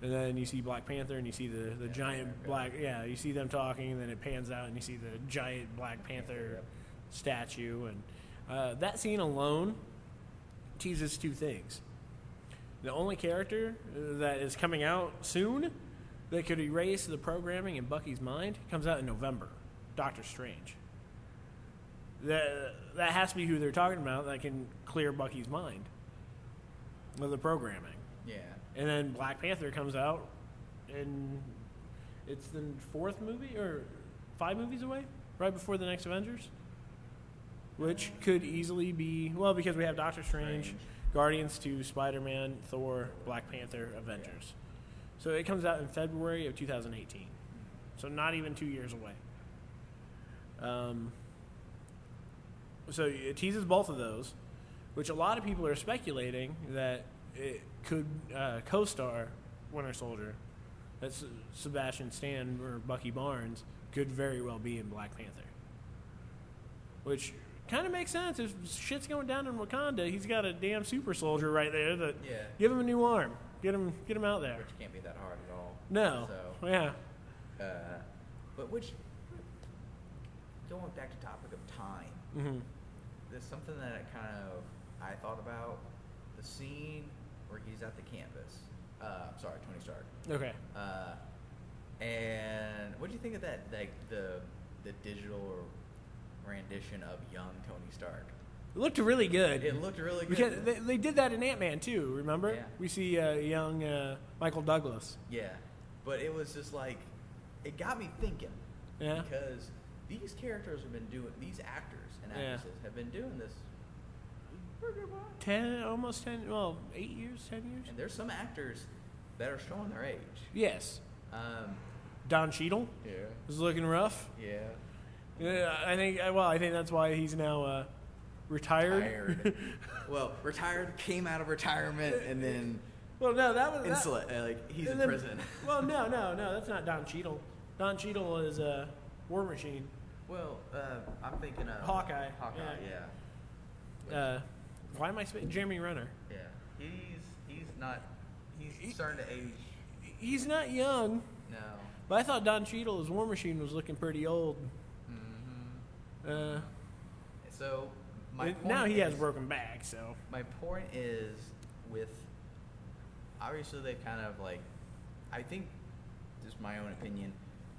Speaker 2: and then you see Black Panther and you see the, the
Speaker 1: Yeah,
Speaker 2: giant
Speaker 1: Black
Speaker 2: black yeah you see them talking and then it pans out and you see the giant Black Panther
Speaker 1: Yep.
Speaker 2: statue and uh, that scene alone teases two things. The only character uh, that is coming out soon that could erase the programming in Bucky's mind comes out in November. Doctor Strange. That that has to be who they're talking about that can clear Bucky's mind of the programming.
Speaker 1: yeah,
Speaker 2: And then Black Panther comes out and it's the fourth movie or five movies away, right before the next Avengers. Which could easily be well, because we have Doctor Strange,
Speaker 1: Strange.
Speaker 2: Guardians two, Spider Man, Thor, Black Panther, Avengers. So it comes out in February of two thousand eighteen. So not even two years away. Um, so it teases both of those, which a lot of people are speculating that it could uh, co-star Winter Soldier. That's Sebastian Stan or Bucky Barnes could very well be in Black Panther, which kind of makes sense if shit's going down in Wakanda. He's got a damn super soldier right there. That
Speaker 1: Yeah.
Speaker 2: give him a new arm, get him, get him out there.
Speaker 1: which can't be that hard at all.
Speaker 2: No,
Speaker 1: So
Speaker 2: yeah,
Speaker 1: Uh, but which, going back to topic of time,
Speaker 2: hmm
Speaker 1: there's something that I kind of I thought about the scene where he's at the campus. Uh, I'm sorry, Tony Stark.
Speaker 2: okay.
Speaker 1: Uh, and what do you think of that? Like the the digital rendition of young Tony Stark.
Speaker 2: It looked really good.
Speaker 1: It looked really good.
Speaker 2: Because they, they did that in Ant Man too. Remember,
Speaker 1: Yeah.
Speaker 2: we see uh, young uh, Michael Douglas.
Speaker 1: Yeah, but it was just like it got me thinking.
Speaker 2: Yeah.
Speaker 1: Because these characters have been doing these actors and
Speaker 2: Yeah.
Speaker 1: actresses have been doing this for a good while.
Speaker 2: Ten, almost ten. Well, eight years, ten years.
Speaker 1: And there's some actors that are showing their age.
Speaker 2: Yes,
Speaker 1: Um,
Speaker 2: Don Cheadle
Speaker 1: yeah.
Speaker 2: is looking rough.
Speaker 1: Yeah.
Speaker 2: Yeah, I think. uh, Well, I think that's why he's now uh, retired.
Speaker 1: Tired. well, retired, came out of retirement, and then
Speaker 2: well, no, that was that-
Speaker 1: insulate. uh, Like he's
Speaker 2: and
Speaker 1: in
Speaker 2: then-
Speaker 1: prison.
Speaker 2: Well, no, no, no. That's not Don Cheadle. Don Cheadle is uh, War Machine.
Speaker 1: Well, uh, I'm thinking of
Speaker 2: Hawkeye.
Speaker 1: Hawkeye.
Speaker 2: Yeah.
Speaker 1: Yeah.
Speaker 2: Uh, why am I sp- Jeremy Renner?
Speaker 1: Yeah. He's he's not.
Speaker 2: He-
Speaker 1: He's starting to age
Speaker 2: He's not young,
Speaker 1: now.
Speaker 2: but I thought Don Cheadle as War Machine was looking pretty old. Uh,
Speaker 1: Mm-hmm. So my
Speaker 2: it-
Speaker 1: point
Speaker 2: now he has
Speaker 1: is-
Speaker 2: broken back, so
Speaker 1: My point is with obviously they kind of like I think just my own opinion.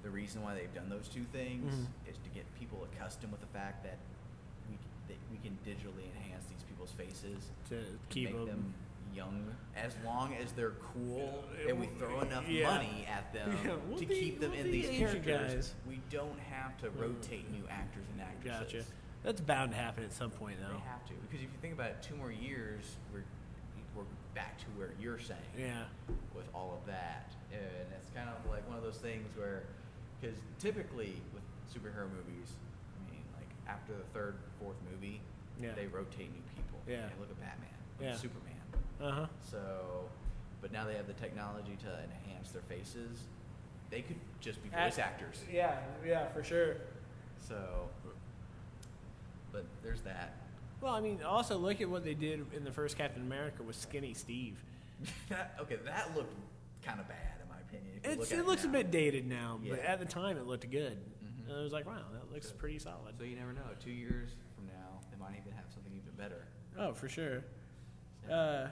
Speaker 1: The reason why they've done those two things
Speaker 2: Mhm.
Speaker 1: is to get people accustomed with the fact that we that we can digitally enhance these people's faces,
Speaker 2: to
Speaker 1: to
Speaker 2: keep
Speaker 1: make
Speaker 2: him.
Speaker 1: them young, as long as they're cool,
Speaker 2: Yeah,
Speaker 1: and we
Speaker 2: it-
Speaker 1: throw enough
Speaker 2: yeah.
Speaker 1: money at them
Speaker 2: Yeah, we'll
Speaker 1: to
Speaker 2: be-
Speaker 1: keep them
Speaker 2: we'll
Speaker 1: in
Speaker 2: be
Speaker 1: these
Speaker 2: Asian
Speaker 1: characters.
Speaker 2: guys. Mm-hmm.
Speaker 1: We don't have to rotate new actors and actresses.
Speaker 2: Gotcha. That's bound to happen at some point, though.
Speaker 1: They have to because if you think about it, two more years, we're we're back to where you're saying
Speaker 2: Yeah.
Speaker 1: with all of that, and it's kind of like one of those things where because typically with superhero movies, I mean, like after the third, fourth movie,
Speaker 2: Yeah.
Speaker 1: they rotate new people.
Speaker 2: Yeah.
Speaker 1: And look at Batman. Look
Speaker 2: Yeah.
Speaker 1: at Superman.
Speaker 2: Uh huh.
Speaker 1: So, but now they have the technology to enhance their faces. They could just be
Speaker 2: Ac-
Speaker 1: voice actors.
Speaker 2: Yeah, yeah, for sure.
Speaker 1: So, but there's that.
Speaker 2: Well, I mean, also look at what they did in the first Captain America with Skinny Steve.
Speaker 1: okay, that looked kind of bad in my opinion. if you
Speaker 2: It's,
Speaker 1: look at
Speaker 2: it looks a
Speaker 1: now.
Speaker 2: bit dated now, but
Speaker 1: Yeah.
Speaker 2: at the time it looked good.
Speaker 1: Mhm.
Speaker 2: And I was like, wow, that looks pretty solid.
Speaker 1: So you never know. Two years from now, they might even have something even better.
Speaker 2: Oh, for sure.
Speaker 1: So,
Speaker 2: Uh,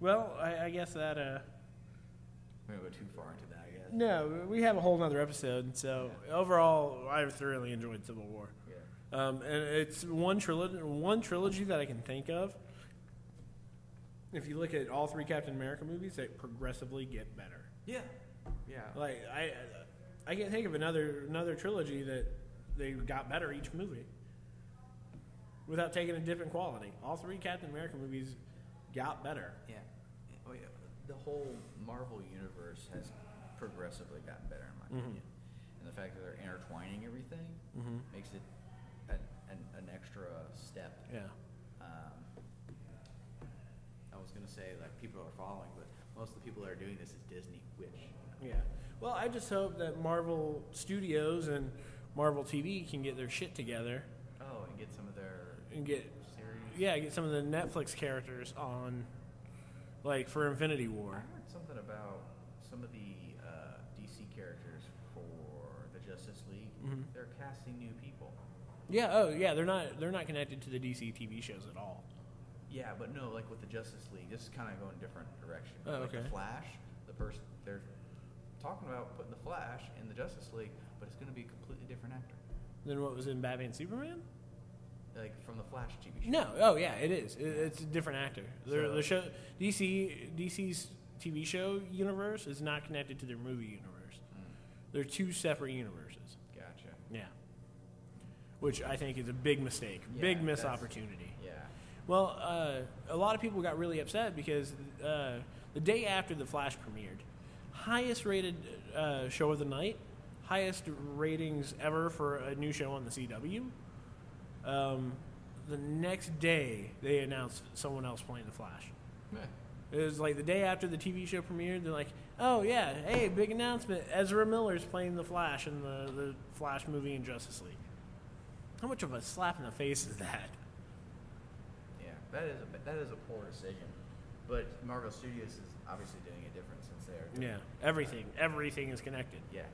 Speaker 2: well, I, I guess that. Uh,
Speaker 1: we don't go too far into that, I guess.
Speaker 2: no, we have a whole nother episode. So overall, I thoroughly enjoyed Civil War.
Speaker 1: Yeah.
Speaker 2: Um, and it's one trilogy, one trilogy that I can think of. If you look at all three Captain America movies, they progressively get better.
Speaker 1: Yeah. Yeah.
Speaker 2: Like I, I can't think of another another trilogy that they got better each movie without taking a dip in quality. All three Captain America movies got better.
Speaker 1: Yeah. Oh, yeah. The whole Marvel universe has progressively gotten better, in my
Speaker 2: Mm-hmm.
Speaker 1: opinion. And the fact that they're intertwining everything
Speaker 2: Mhm.
Speaker 1: makes it an, an, an extra step.
Speaker 2: Yeah.
Speaker 1: Um, I was going to say, like, people are following, but most of the people that are doing this is Disney, which
Speaker 2: Yeah. Well, I just hope that Marvel Studios and Marvel TV can get their shit together
Speaker 1: Oh, and get some of their
Speaker 2: and get
Speaker 1: series.
Speaker 2: yeah, get some of the Netflix characters on like for Infinity
Speaker 1: I
Speaker 2: War.
Speaker 1: heard something about some of the uh, DC characters for the Justice League.
Speaker 2: Mhm.
Speaker 1: They're casting new people.
Speaker 2: Yeah, oh yeah, they're not they're not connected to the DC TV shows at all.
Speaker 1: Yeah, but no, like with the Justice League, this is kind of going a different direction.
Speaker 2: Oh,
Speaker 1: like
Speaker 2: okay.
Speaker 1: The Flash, the person they're talking about putting the Flash in the Justice League, but it's going to be a completely different actor,
Speaker 2: Then what was in Batman Superman?
Speaker 1: like from the Flash TV show.
Speaker 2: No. Oh, yeah, it is. It, it's a different actor. They're- The
Speaker 1: So-
Speaker 2: show DC DC's TV show universe is not connected to their movie universe. They're two separate universes.
Speaker 1: Mm, Gotcha.
Speaker 2: Yeah. Which I think is a big mistake,
Speaker 1: Yeah,
Speaker 2: big miss
Speaker 1: that's-
Speaker 2: opportunity.
Speaker 1: Yeah.
Speaker 2: Well, uh, a lot of people got really upset because uh, the day after the Flash premiered, highest rated uh, show of the night, highest ratings ever for a new show on the CW. Um, the next day, they announced someone else playing the Flash.
Speaker 1: Meh.
Speaker 2: It was like the day after the TV show premiered. They're like, "Oh yeah, hey, big announcement! Ezra Miller's playing the Flash in the, the Flash movie in Justice League." How much of a slap in the face is that?
Speaker 1: Yeah, that is a that is a poor decision, but Marvel Studios is obviously doing it different since they are.
Speaker 2: Yeah, everything, everything is connected.
Speaker 1: Yeah,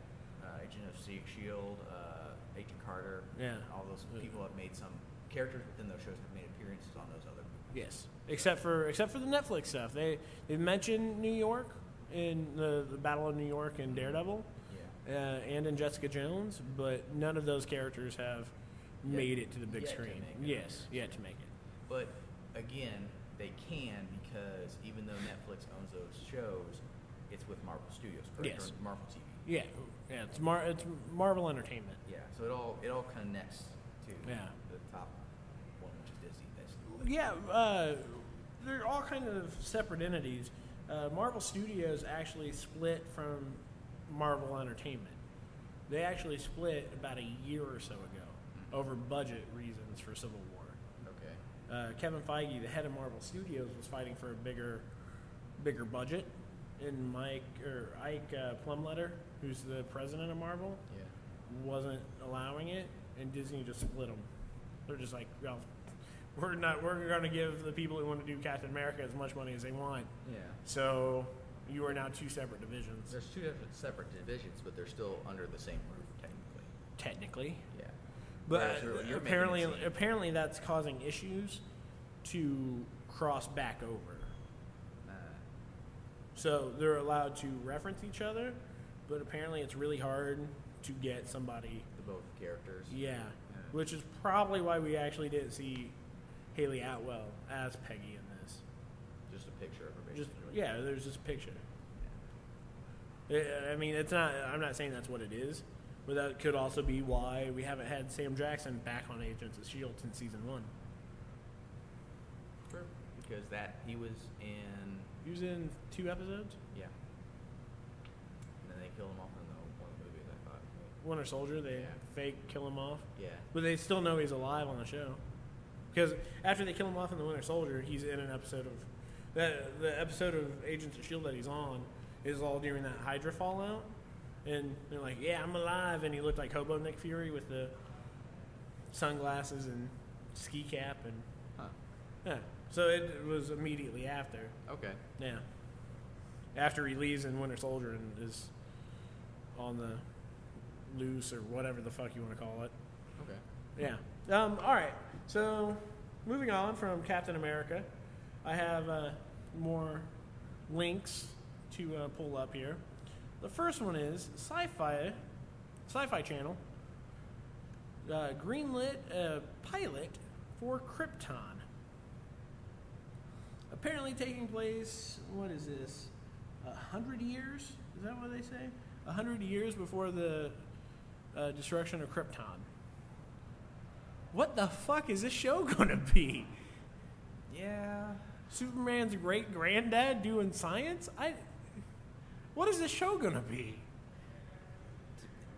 Speaker 1: uh, Agent of Se- Shield, uh, Agent Carter.
Speaker 2: Yeah.
Speaker 1: all those people have made some characters within those shows have made appearances on those other. movies.
Speaker 2: Yes, except for except for the Netflix stuff. They they mentioned New York in the, the Battle of New York and Daredevil,
Speaker 1: Yeah,
Speaker 2: uh, and in Jessica Jones, but none of those characters have
Speaker 1: Yet-
Speaker 2: made it to the big
Speaker 1: yet to
Speaker 2: screen.
Speaker 1: make it.
Speaker 2: yes, yet to make it.
Speaker 1: but again, they can because even though Netflix owns those shows, it's with Marvel Studios, correct?
Speaker 2: Yes.
Speaker 1: Or Marvel TV.
Speaker 2: Yeah, yeah. It's Mar- it's Marvel Entertainment.
Speaker 1: Yeah, so it all it all connects to
Speaker 2: Yeah.
Speaker 1: the top one, which is Disney. That's
Speaker 2: Yeah, uh, they're all kind of separate entities. Uh, Marvel Studios actually split from Marvel Entertainment. They actually split about a year or so ago over budget reasons for Civil War.
Speaker 1: okay.
Speaker 2: Uh, Kevin Feige, the head of Marvel Studios, was fighting for a bigger, bigger budget, and Mike or Ike uh, Plumletter, who's the president of Marvel,
Speaker 1: Yeah.
Speaker 2: wasn't allowing it, and Disney just split them. They're just like, well, we're not. We're going to give the people who want to do Captain America as much money as they want.
Speaker 1: Yeah.
Speaker 2: So you are now two separate divisions,
Speaker 1: There's two different separate divisions, but they're still under the same roof technically.
Speaker 2: technically.
Speaker 1: Yeah.
Speaker 2: But
Speaker 1: Whereas you're- you're making
Speaker 2: apparently,
Speaker 1: it seem-
Speaker 2: apparently that's causing issues to cross back over.
Speaker 1: uh,
Speaker 2: So they're allowed to reference each other, but apparently it's really hard to get somebody
Speaker 1: the both characters.
Speaker 2: Yeah,
Speaker 1: Yeah.
Speaker 2: which is probably why we actually didn't see Haley Atwell as Peggy in this.
Speaker 1: Just a picture of her.
Speaker 2: Just
Speaker 1: basically.
Speaker 2: yeah, there's just a picture.
Speaker 1: Yeah.
Speaker 2: I- I mean, it's not. I'm not saying that's what it is, but that could also be why we haven't had Sam Jackson back on Agents of Shield since season one.
Speaker 1: Because that he was in.
Speaker 2: He was in two episodes.
Speaker 1: Yeah. And then they killed him off in the one movie. I thought.
Speaker 2: Winter Soldier. They
Speaker 1: Yeah.
Speaker 2: fake kill him off,
Speaker 1: Yeah.
Speaker 2: but they still know he's alive on the show. Because after they kill him off in the Winter Soldier, he's in an episode of that the episode of Agents of Shield E that he's on is all during that Hydra fallout, and they're like, "Yeah, I'm alive," and he looked like Hobo Nick Fury with the sunglasses and ski cap, and
Speaker 1: Huh.
Speaker 2: yeah. So it was immediately after.
Speaker 1: Okay.
Speaker 2: Yeah. After he leaves in Winter Soldier and is on the loose or whatever the fuck you want to call it.
Speaker 1: Okay.
Speaker 2: Yeah. Um, all right. So moving on from Captain America, I have uh, more links to uh, pull up here. The first one is Sci-Fi, Sci-Fi Channel uh, greenlit a pilot for Krypton. Apparently taking place. What is this? A hundred years? Is that what they say? A hundred years before the uh, destruction of Krypton. What the fuck is this show gonna be?
Speaker 1: Yeah.
Speaker 2: Superman's great granddad doing science? I. What is this show gonna be?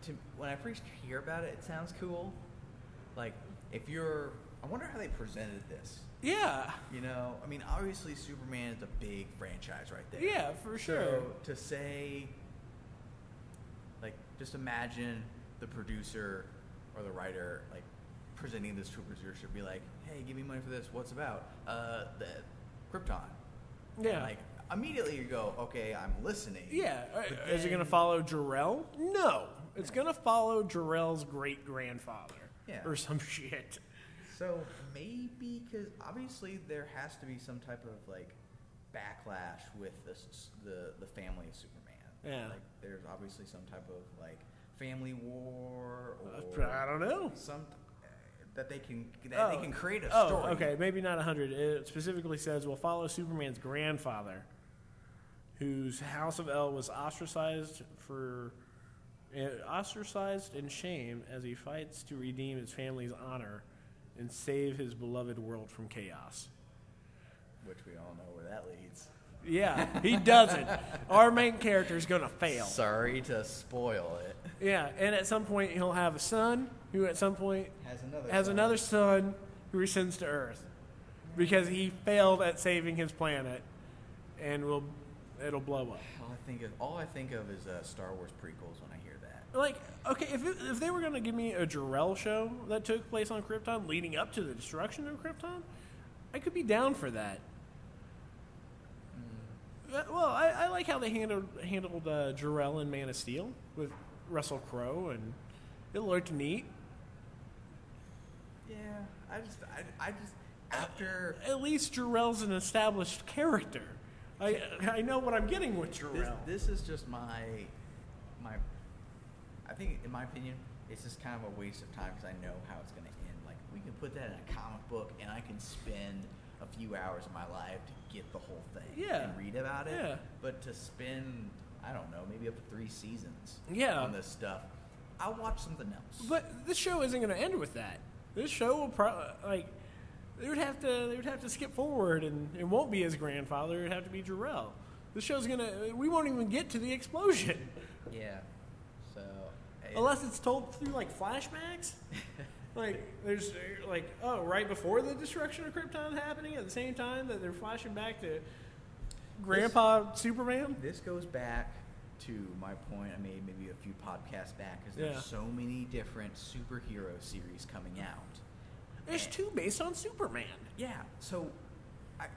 Speaker 1: To, when I first hear about it, it sounds cool. Like, if you're, I wonder how they presented this.
Speaker 2: Yeah,
Speaker 1: You know, I mean, obviously Superman is a big franchise right there.
Speaker 2: yeah, for sure.
Speaker 1: So to say, like, just imagine the producer or the writer, like, presenting this to a producer should be like, "Hey, give me money for this. What's it about? Uh, the Krypton."
Speaker 2: yeah,
Speaker 1: Like, immediately you go, "Okay, I'm listening."
Speaker 2: Yeah. uh,
Speaker 1: But
Speaker 2: is it going to
Speaker 1: then-
Speaker 2: follow Jarrell? No. It's going to follow Jarrell's great grandfather
Speaker 1: Yeah.
Speaker 2: or some shit.
Speaker 1: So maybe because obviously there has to be some type of like backlash with this, the the family of Superman.
Speaker 2: Yeah.
Speaker 1: Like there's obviously some type of like family war
Speaker 2: Uh,
Speaker 1: or
Speaker 2: I don't know.
Speaker 1: some that they can that
Speaker 2: Oh.
Speaker 1: they can create a
Speaker 2: oh,
Speaker 1: story.
Speaker 2: okay. Maybe not 100. It specifically says we'll follow Superman's grandfather, whose House of El was ostracized for. uh, Ostracized and shamed as he fights to redeem his family's honor and save his beloved world from chaos.
Speaker 1: Which we all know where that leads.
Speaker 2: Yeah, he doesn't. Our main character is going to fail.
Speaker 1: Sorry to spoil it.
Speaker 2: Yeah, and at some point he'll have a son who at some point
Speaker 1: Has another
Speaker 2: has
Speaker 1: son.
Speaker 2: another son who rescinds to Earth because he failed at saving his planet and will it'll blow up.
Speaker 1: All I think of all I think of is uh, Star Wars prequels when I hear that.
Speaker 2: Like, okay, if, it, if they were going to give me a Jarrell show that took place on Krypton leading up to the destruction of Krypton, I could be down for that. Uh, Well, I, I like how they handled handled uh, Jarrell in Man of Steel with Russell Crowe, and it looked neat.
Speaker 1: Yeah, I just I, I just after
Speaker 2: At least Jarrell's an established character. I I know what I'm getting with
Speaker 1: This,
Speaker 2: Jarrell.
Speaker 1: this is just my, my. I think, in my opinion, it's just kind of a waste of time because I know how it's going to end. Like we can put that in a comic book, and I can spend a few hours of my life to get the whole thing
Speaker 2: Yeah.
Speaker 1: and read about it.
Speaker 2: Yeah.
Speaker 1: But to spend, I don't know, maybe up to three seasons.
Speaker 2: Yeah.
Speaker 1: On this stuff, I'll watch something else.
Speaker 2: but this show isn't going to end with that. This show will probably like they would have to they would have to skip forward, and it won't be his grandfather. It'd have to be Jarrell. This show's gonna we won't even get to the explosion
Speaker 1: yeah. So. it-
Speaker 2: unless it's told through like flashbacks. Like there's like oh right before the destruction of Krypton happening at the same time that they're flashing back to Grandpa Superman.
Speaker 1: This goes back to my point I made maybe a few podcasts back, because there's
Speaker 2: Yeah.
Speaker 1: so many different superhero series coming out.
Speaker 2: There's two based on Superman.
Speaker 1: Yeah, so I,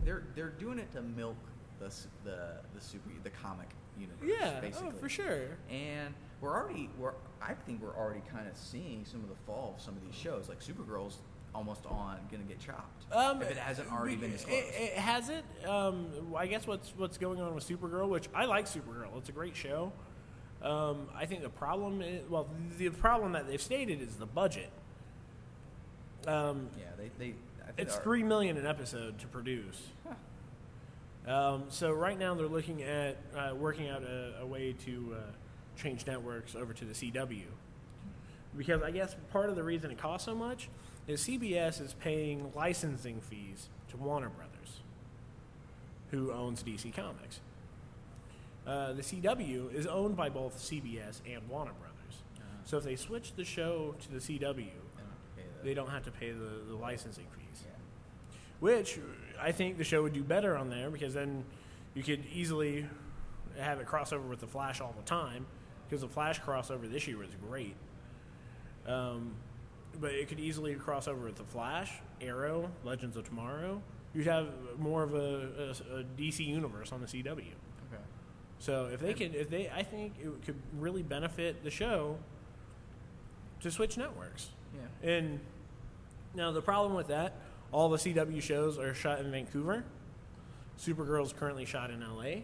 Speaker 1: they're they're doing it to milk the s- the the super the comic universe.
Speaker 2: Yeah,
Speaker 1: basically.
Speaker 2: oh, for sure.
Speaker 1: And we're already we're I think we're already kind of seeing some of the fall of some of these shows. Like Supergirl's almost on gonna get chopped if it hasn't already
Speaker 2: Um, we- eh,
Speaker 1: been disclosed.
Speaker 2: It, it hasn't. Um, I guess what's what's going on with Supergirl, which I like Supergirl. It's a great show. Um, I think the problem, is, well, the problem that they've stated is the budget. Um,
Speaker 1: yeah, they they I think
Speaker 2: it's
Speaker 1: they're-
Speaker 2: three million an episode to produce. Um, so right now they're looking at uh, working out a, a way to uh, change networks over to the CW, because I guess part of the reason it costs so much is CBS is paying licensing fees to Warner Brothers, who owns DC Comics. Uh, the CW is owned by both CBS and Warner Brothers. So if they switch the show to the
Speaker 1: And,
Speaker 2: CW,
Speaker 1: okay, the-
Speaker 2: they don't have to pay the, the licensing fees.
Speaker 1: uh, yeah.
Speaker 2: Which I think the show would do better on there because then you could easily have it cross over with the Flash all the time because the Flash crossover this year was great. Um, but it could easily cross over with the Flash, Arrow, Legends of Tomorrow. You'd have more of a, a- a DC universe on the CW.
Speaker 1: Okay.
Speaker 2: So if they could, if they, I think it could really benefit the show to switch networks.
Speaker 1: Yeah.
Speaker 2: And now the problem with that, all the CW shows are shot in Vancouver. Supergirl's currently shot in LA.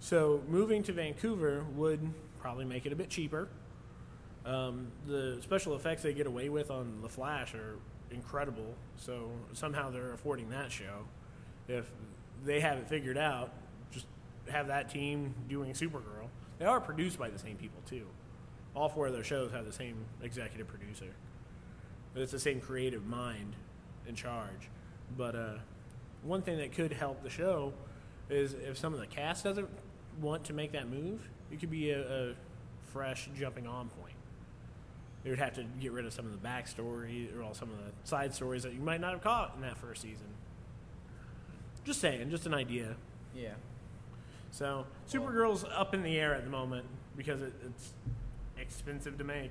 Speaker 2: So moving to Vancouver would probably make it a bit cheaper. Um, the special effects they get away with on The Flash are incredible. So somehow they're affording that show. If they have it figured out, just have that team doing Supergirl. They are produced by the same people too. All four of their shows have the same executive producer. But it's the same creative mind in charge. But uh, one thing that could help the show is if some of the cast doesn't want to make that move, it could be a, a fresh jumping on point. They would have to get rid of some of the backstory or all some of the side stories that you might not have caught in that first season. Just saying, just an idea.
Speaker 1: Yeah.
Speaker 2: So Supergirl's up in the air at the moment because it, it's expensive to make.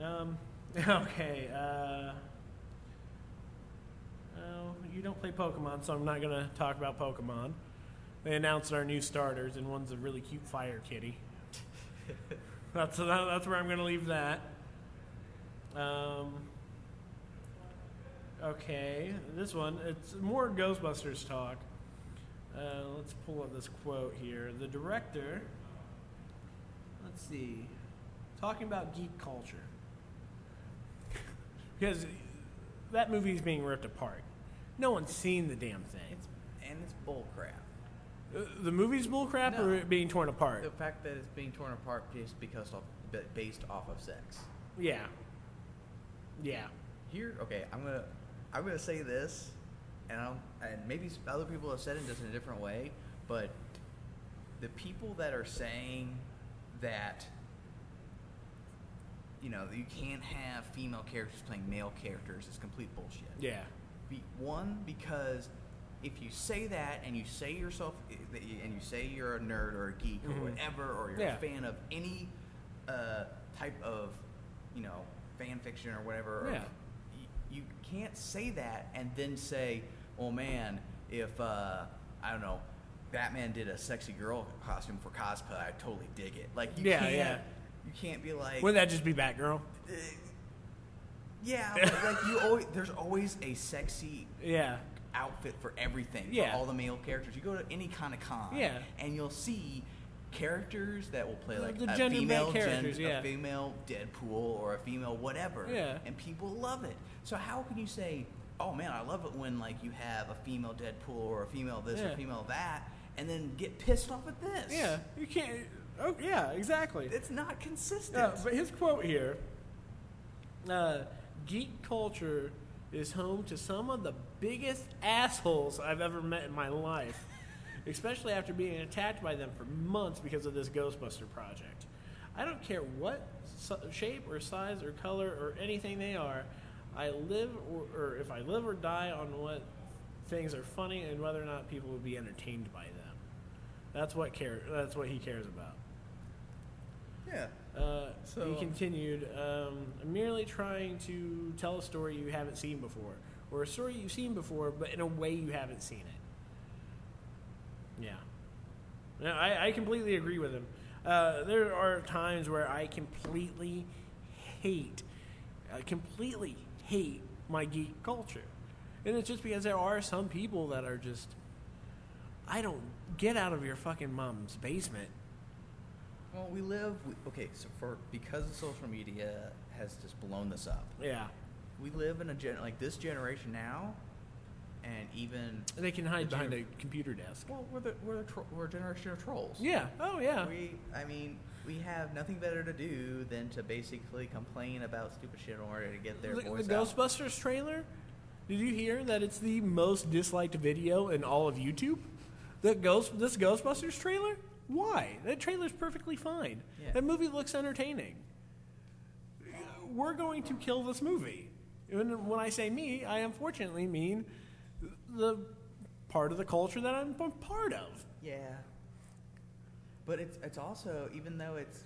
Speaker 2: Um, okay. Uh, oh, you don't play Pokemon, so I'm not gonna talk about Pokemon. They announced our new starters, and one's a really cute fire kitty. that's that's where I'm gonna leave that. Um, okay, this one it's more Ghostbusters talk. Uh, let's pull up this quote here. The director, let's see, talking about geek culture. because that movie is being ripped apart. No one's seen the damn thing.
Speaker 1: It's and it's bull crap.
Speaker 2: Uh, the movie's bullcrap or
Speaker 1: No.
Speaker 2: it being torn apart?
Speaker 1: The fact that it's being torn apart just because of ba- based off of sex.
Speaker 2: yeah. Yeah.
Speaker 1: Here, okay, I'm gonna I'm gonna say this, and I'm, and maybe s- other people have said it just in a different way, but the people that are saying that you know you can't have female characters playing male characters is complete bullshit.
Speaker 2: Yeah.
Speaker 1: Be, one because if you say that and you say yourself eh, that you- and you say you're a nerd or a geek
Speaker 2: Mhm.
Speaker 1: or whatever or you're
Speaker 2: Yeah.
Speaker 1: a fan of any uh, type of you know fan fiction or whatever or
Speaker 2: Yeah.
Speaker 1: y- you can't say that and then say oh man if uh, i don't know batman did a sexy girl costume for cosplay i totally dig it like you
Speaker 2: Yeah,
Speaker 1: can't
Speaker 2: yeah.
Speaker 1: you can't be like
Speaker 2: Wouldn't that just be Batgirl?
Speaker 1: "Uh, yeah but, like you always, there's always a sexy
Speaker 2: Yeah.
Speaker 1: outfit for everything
Speaker 2: Yeah.
Speaker 1: for all the male characters. You go to any kind of con,
Speaker 2: Yeah.
Speaker 1: and you'll see characters that will play
Speaker 2: The-
Speaker 1: like
Speaker 2: the
Speaker 1: a
Speaker 2: gender-bent
Speaker 1: female
Speaker 2: characters,
Speaker 1: gen-
Speaker 2: yeah.
Speaker 1: a female Deadpool or a female whatever,
Speaker 2: Yeah.
Speaker 1: and people love it. So how can you say, "Oh man, I love it when like you have a female Deadpool or a female this
Speaker 2: Yeah.
Speaker 1: or female that," and then get pissed off at this?
Speaker 2: Yeah. You can't. Oh, yeah, exactly.
Speaker 1: it's not consistent.
Speaker 2: Yeah, but his quote here uh, Geek culture is home to some of the biggest assholes I've ever met in my life, especially after being attacked by them for months because of this Ghostbuster project. I don't care what so- shape or size or color or anything they are. I live, or, or if I live or die, on what things are funny and whether or not people will be entertained by them. That's what care. That's what he cares about.
Speaker 1: yeah.
Speaker 2: Uh,
Speaker 1: So-
Speaker 2: he continued, um, "I'm merely trying to tell a story you haven't seen before, or a story you've seen before, but in a way you haven't seen it. Yeah. No, I, I completely agree with him. Uh, there are times where I completely hate, I completely hate my geek culture. And it's just because there are some people that are just, I don't get out of your fucking mom's basement.
Speaker 1: Well, we live. We, okay, so for because of social media has just blown this up.
Speaker 2: Yeah.
Speaker 1: we live in a gen like this generation now, and even
Speaker 2: They can hide
Speaker 1: The
Speaker 2: behind a
Speaker 1: gener-
Speaker 2: computer desk.
Speaker 1: well, we're the we're the tro- we're a generation of trolls.
Speaker 2: Yeah. Oh, yeah.
Speaker 1: We, I mean, we have nothing better to do than to basically complain about stupid shit in order to get their
Speaker 2: the
Speaker 1: voice
Speaker 2: the
Speaker 1: out.
Speaker 2: Ghostbusters trailer. Did you hear that it's the most disliked video in all of YouTube? The Ghost this Ghostbusters trailer? Why? That trailer's perfectly fine.
Speaker 1: Yeah.
Speaker 2: That movie looks entertaining. we're going to kill this movie. And when I say me, I unfortunately mean the part of the culture that I'm a part of.
Speaker 1: Yeah. But it's it's also even though it's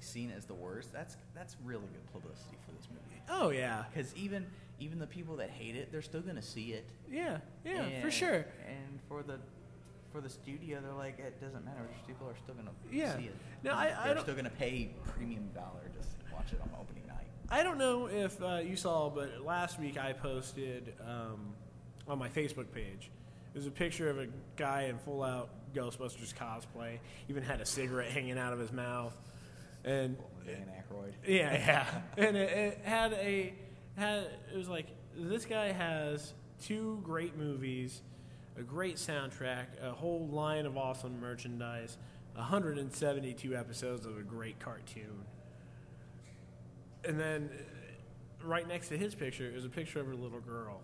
Speaker 1: seen as the worst, that's that's really good publicity for this movie.
Speaker 2: Oh yeah,
Speaker 1: Because even even the people that hate it, they're still gonna see it.
Speaker 2: yeah, yeah, for
Speaker 1: And-
Speaker 2: sure.
Speaker 1: And for the for the studio, they're like, it doesn't matter. Just people are still gonna
Speaker 2: Yeah.
Speaker 1: see it.
Speaker 2: No, I- I
Speaker 1: they're
Speaker 2: don't-
Speaker 1: still gonna pay premium dollar just to watch it on opening night.
Speaker 2: I don't know if uh, you saw, but last week I posted um, on my Facebook page. There's a picture of a guy in full out Ghostbusters cosplay. Even had a cigarette hanging out of his mouth, and
Speaker 1: Dan Aykroyd.
Speaker 2: yeah, yeah. And it, it had a had it was like this guy has two great movies, a great soundtrack, a whole line of awesome merchandise, 172 episodes of a great cartoon. And then uh, right next to his picture is a picture of a little girl,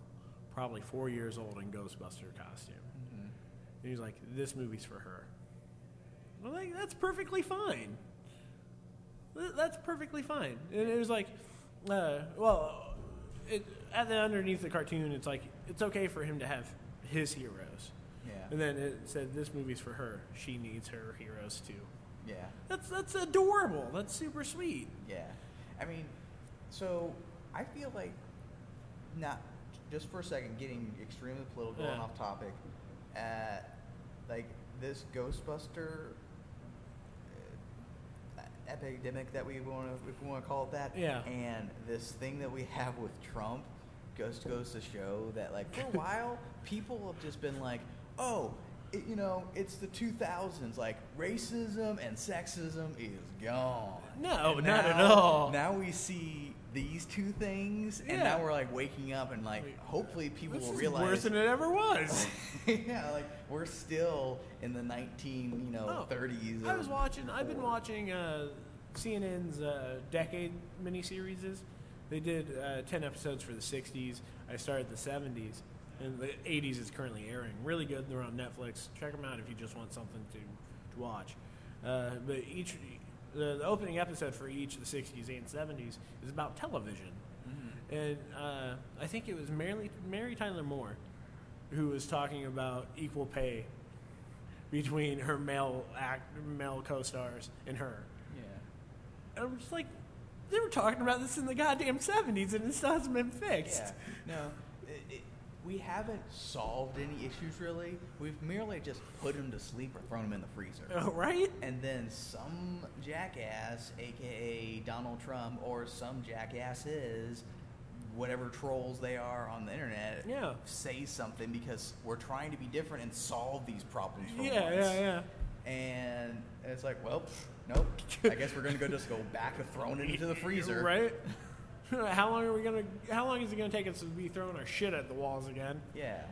Speaker 2: probably 4 years old in Ghostbuster costume.
Speaker 1: Mm-hmm.
Speaker 2: And he's like this movie's for her. And I'm like that's perfectly fine. Th- That's perfectly fine. And it was like, uh, well, it, at the underneath the cartoon, it's like it's okay for him to have his heroes.
Speaker 1: Yeah.
Speaker 2: And then it said, "This movie's for her. She needs her heroes too."
Speaker 1: Yeah.
Speaker 2: That's that's adorable. That's super sweet.
Speaker 1: Yeah. I mean, so I feel like, not just for a second, getting extremely political and
Speaker 2: Yeah.
Speaker 1: off topic, uh, like this Ghostbuster uh, epidemic that we want to, if we want to call it that,
Speaker 2: Yeah.
Speaker 1: and this thing that we have with Trump. Just goes to show that, like, for a while, people have just been like, "Oh, it, you know, it's the 2000s. Like, racism and sexism is gone."
Speaker 2: No,
Speaker 1: And
Speaker 2: Oh, not
Speaker 1: now-
Speaker 2: at all.
Speaker 1: Now we see these two things, and
Speaker 2: Yeah.
Speaker 1: now we're like waking up and like
Speaker 2: Wait,
Speaker 1: hopefully people
Speaker 2: this
Speaker 1: will
Speaker 2: is
Speaker 1: realize.
Speaker 2: worse than it ever was.
Speaker 1: yeah, like we're still in the nineteen, you know,
Speaker 2: Oh,
Speaker 1: thirties.
Speaker 2: I was watching. I've been watching uh, CNN's uh, decade miniseries. They did uh, ten episodes for the '60s. I started the '70s, and the '80s is currently airing. Really good. They're on Netflix. Check them out if you just want something to to watch. Uh, but each the, the opening episode for each of the '60s and '70s is about television, and uh, I think it was Mary, Mary Tyler Moore who was talking about equal pay between her male act, male co-stars and her.
Speaker 1: Yeah.
Speaker 2: And I'm just like, they were talking about this in the goddamn seventies, and it still hasn't been fixed.
Speaker 1: Yeah. No, it, it, we haven't solved any issues really. We've merely just put them to sleep or thrown them in the freezer.
Speaker 2: Oh, right?
Speaker 1: And then some jackass, aka Donald Trump, or some jackasses, whatever trolls they are on the internet,
Speaker 2: Yeah.
Speaker 1: say something because we're trying to be different and solve these problems for
Speaker 2: Yeah,
Speaker 1: once.
Speaker 2: yeah, yeah.
Speaker 1: And it's like, well, pff, nope. I guess we're gonna go just go back to throwing it into the freezer.
Speaker 2: right? how long are we gonna? How long is it gonna take us to be throwing our shit at the walls again?
Speaker 1: Yeah.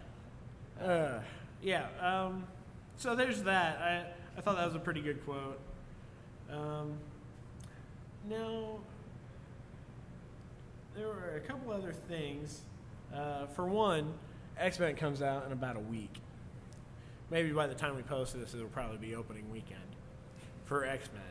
Speaker 2: Uh, yeah. Um, so there's that. I, I thought that was a pretty good quote. Um, now, there were a couple other things. Uh, for one, X Men comes out in about a week. Maybe by the time we post this, it'll probably be opening weekend for X Men.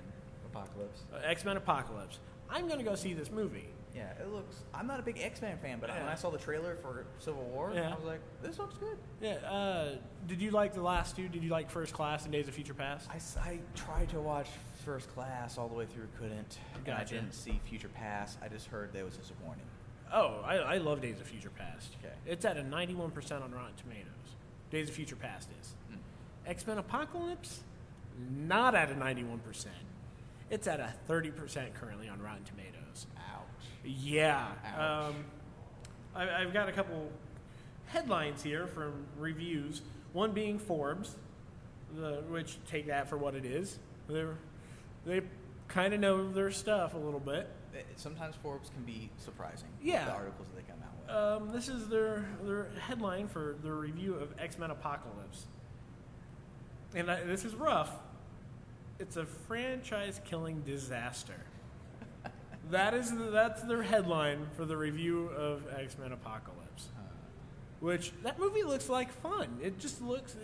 Speaker 1: Apocalypse.
Speaker 2: Uh, X Men Apocalypse. I'm going to go see this movie.
Speaker 1: Yeah, it looks. I'm not a big X Men fan, but when
Speaker 2: Yeah.
Speaker 1: I saw the trailer for Civil War,
Speaker 2: Yeah.
Speaker 1: I was like, this looks good.
Speaker 2: Yeah. Uh, did you like the last two? Did you like First Class and Days of Future Past?
Speaker 1: I, s- I tried to watch First Class all the way through, couldn't. And I
Speaker 2: Gotcha.
Speaker 1: didn't see Future Pass. I just heard there was disappointing.
Speaker 2: Oh, I, I love Days of Future Past.
Speaker 1: Okay.
Speaker 2: It's at a 91% on Rotten Tomatoes. Days of Future Past is.
Speaker 1: Hmm.
Speaker 2: X Men Apocalypse, not at a 91%. It's at a 30% currently on Rotten Tomatoes.
Speaker 1: Ouch.
Speaker 2: Yeah.
Speaker 1: Ouch.
Speaker 2: Um, I, I've got a couple headlines here from reviews. One being Forbes, the, which take that for what it is. They're, they kind of know their stuff a little bit.
Speaker 1: It- Sometimes Forbes can be surprising. with
Speaker 2: Yeah.
Speaker 1: The articles that they come out with.
Speaker 2: Um, this is their their headline for their review of X Men Apocalypse, and I, this is rough. It's a franchise-killing disaster. that is the, that's their headline for the review of X Men Apocalypse,
Speaker 1: Uh,
Speaker 2: which that movie looks like fun. It just looks.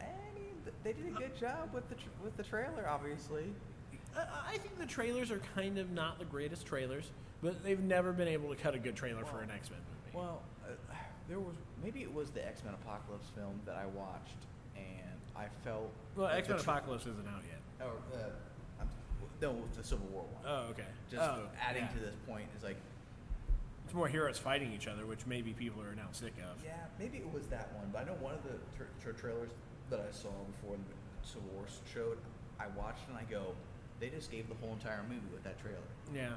Speaker 1: I mean, th- they did a good job with the tr- with the trailer, obviously.
Speaker 2: I, I think the trailers are kind of not the greatest trailers. But they've never been able to cut a good trailer for an X Men movie.
Speaker 1: Well, uh, there was maybe it was the X Men Apocalypse film that I watched, and I felt
Speaker 2: Well,
Speaker 1: like
Speaker 2: X Men
Speaker 1: the tr-
Speaker 2: Apocalypse isn't out yet.
Speaker 1: Or the I'm, no, the Civil War one.
Speaker 2: Oh, okay.
Speaker 1: Just
Speaker 2: Oh,
Speaker 1: adding
Speaker 2: yeah.
Speaker 1: to this point is like,
Speaker 2: It's more heroes fighting each other, which maybe people are now sick of.
Speaker 1: yeah, maybe it was that one. But I know one of the tra- tra- trailers that I saw before the Civil War showed, I watched and I go, they just gave the whole entire movie with that trailer
Speaker 2: Yeah.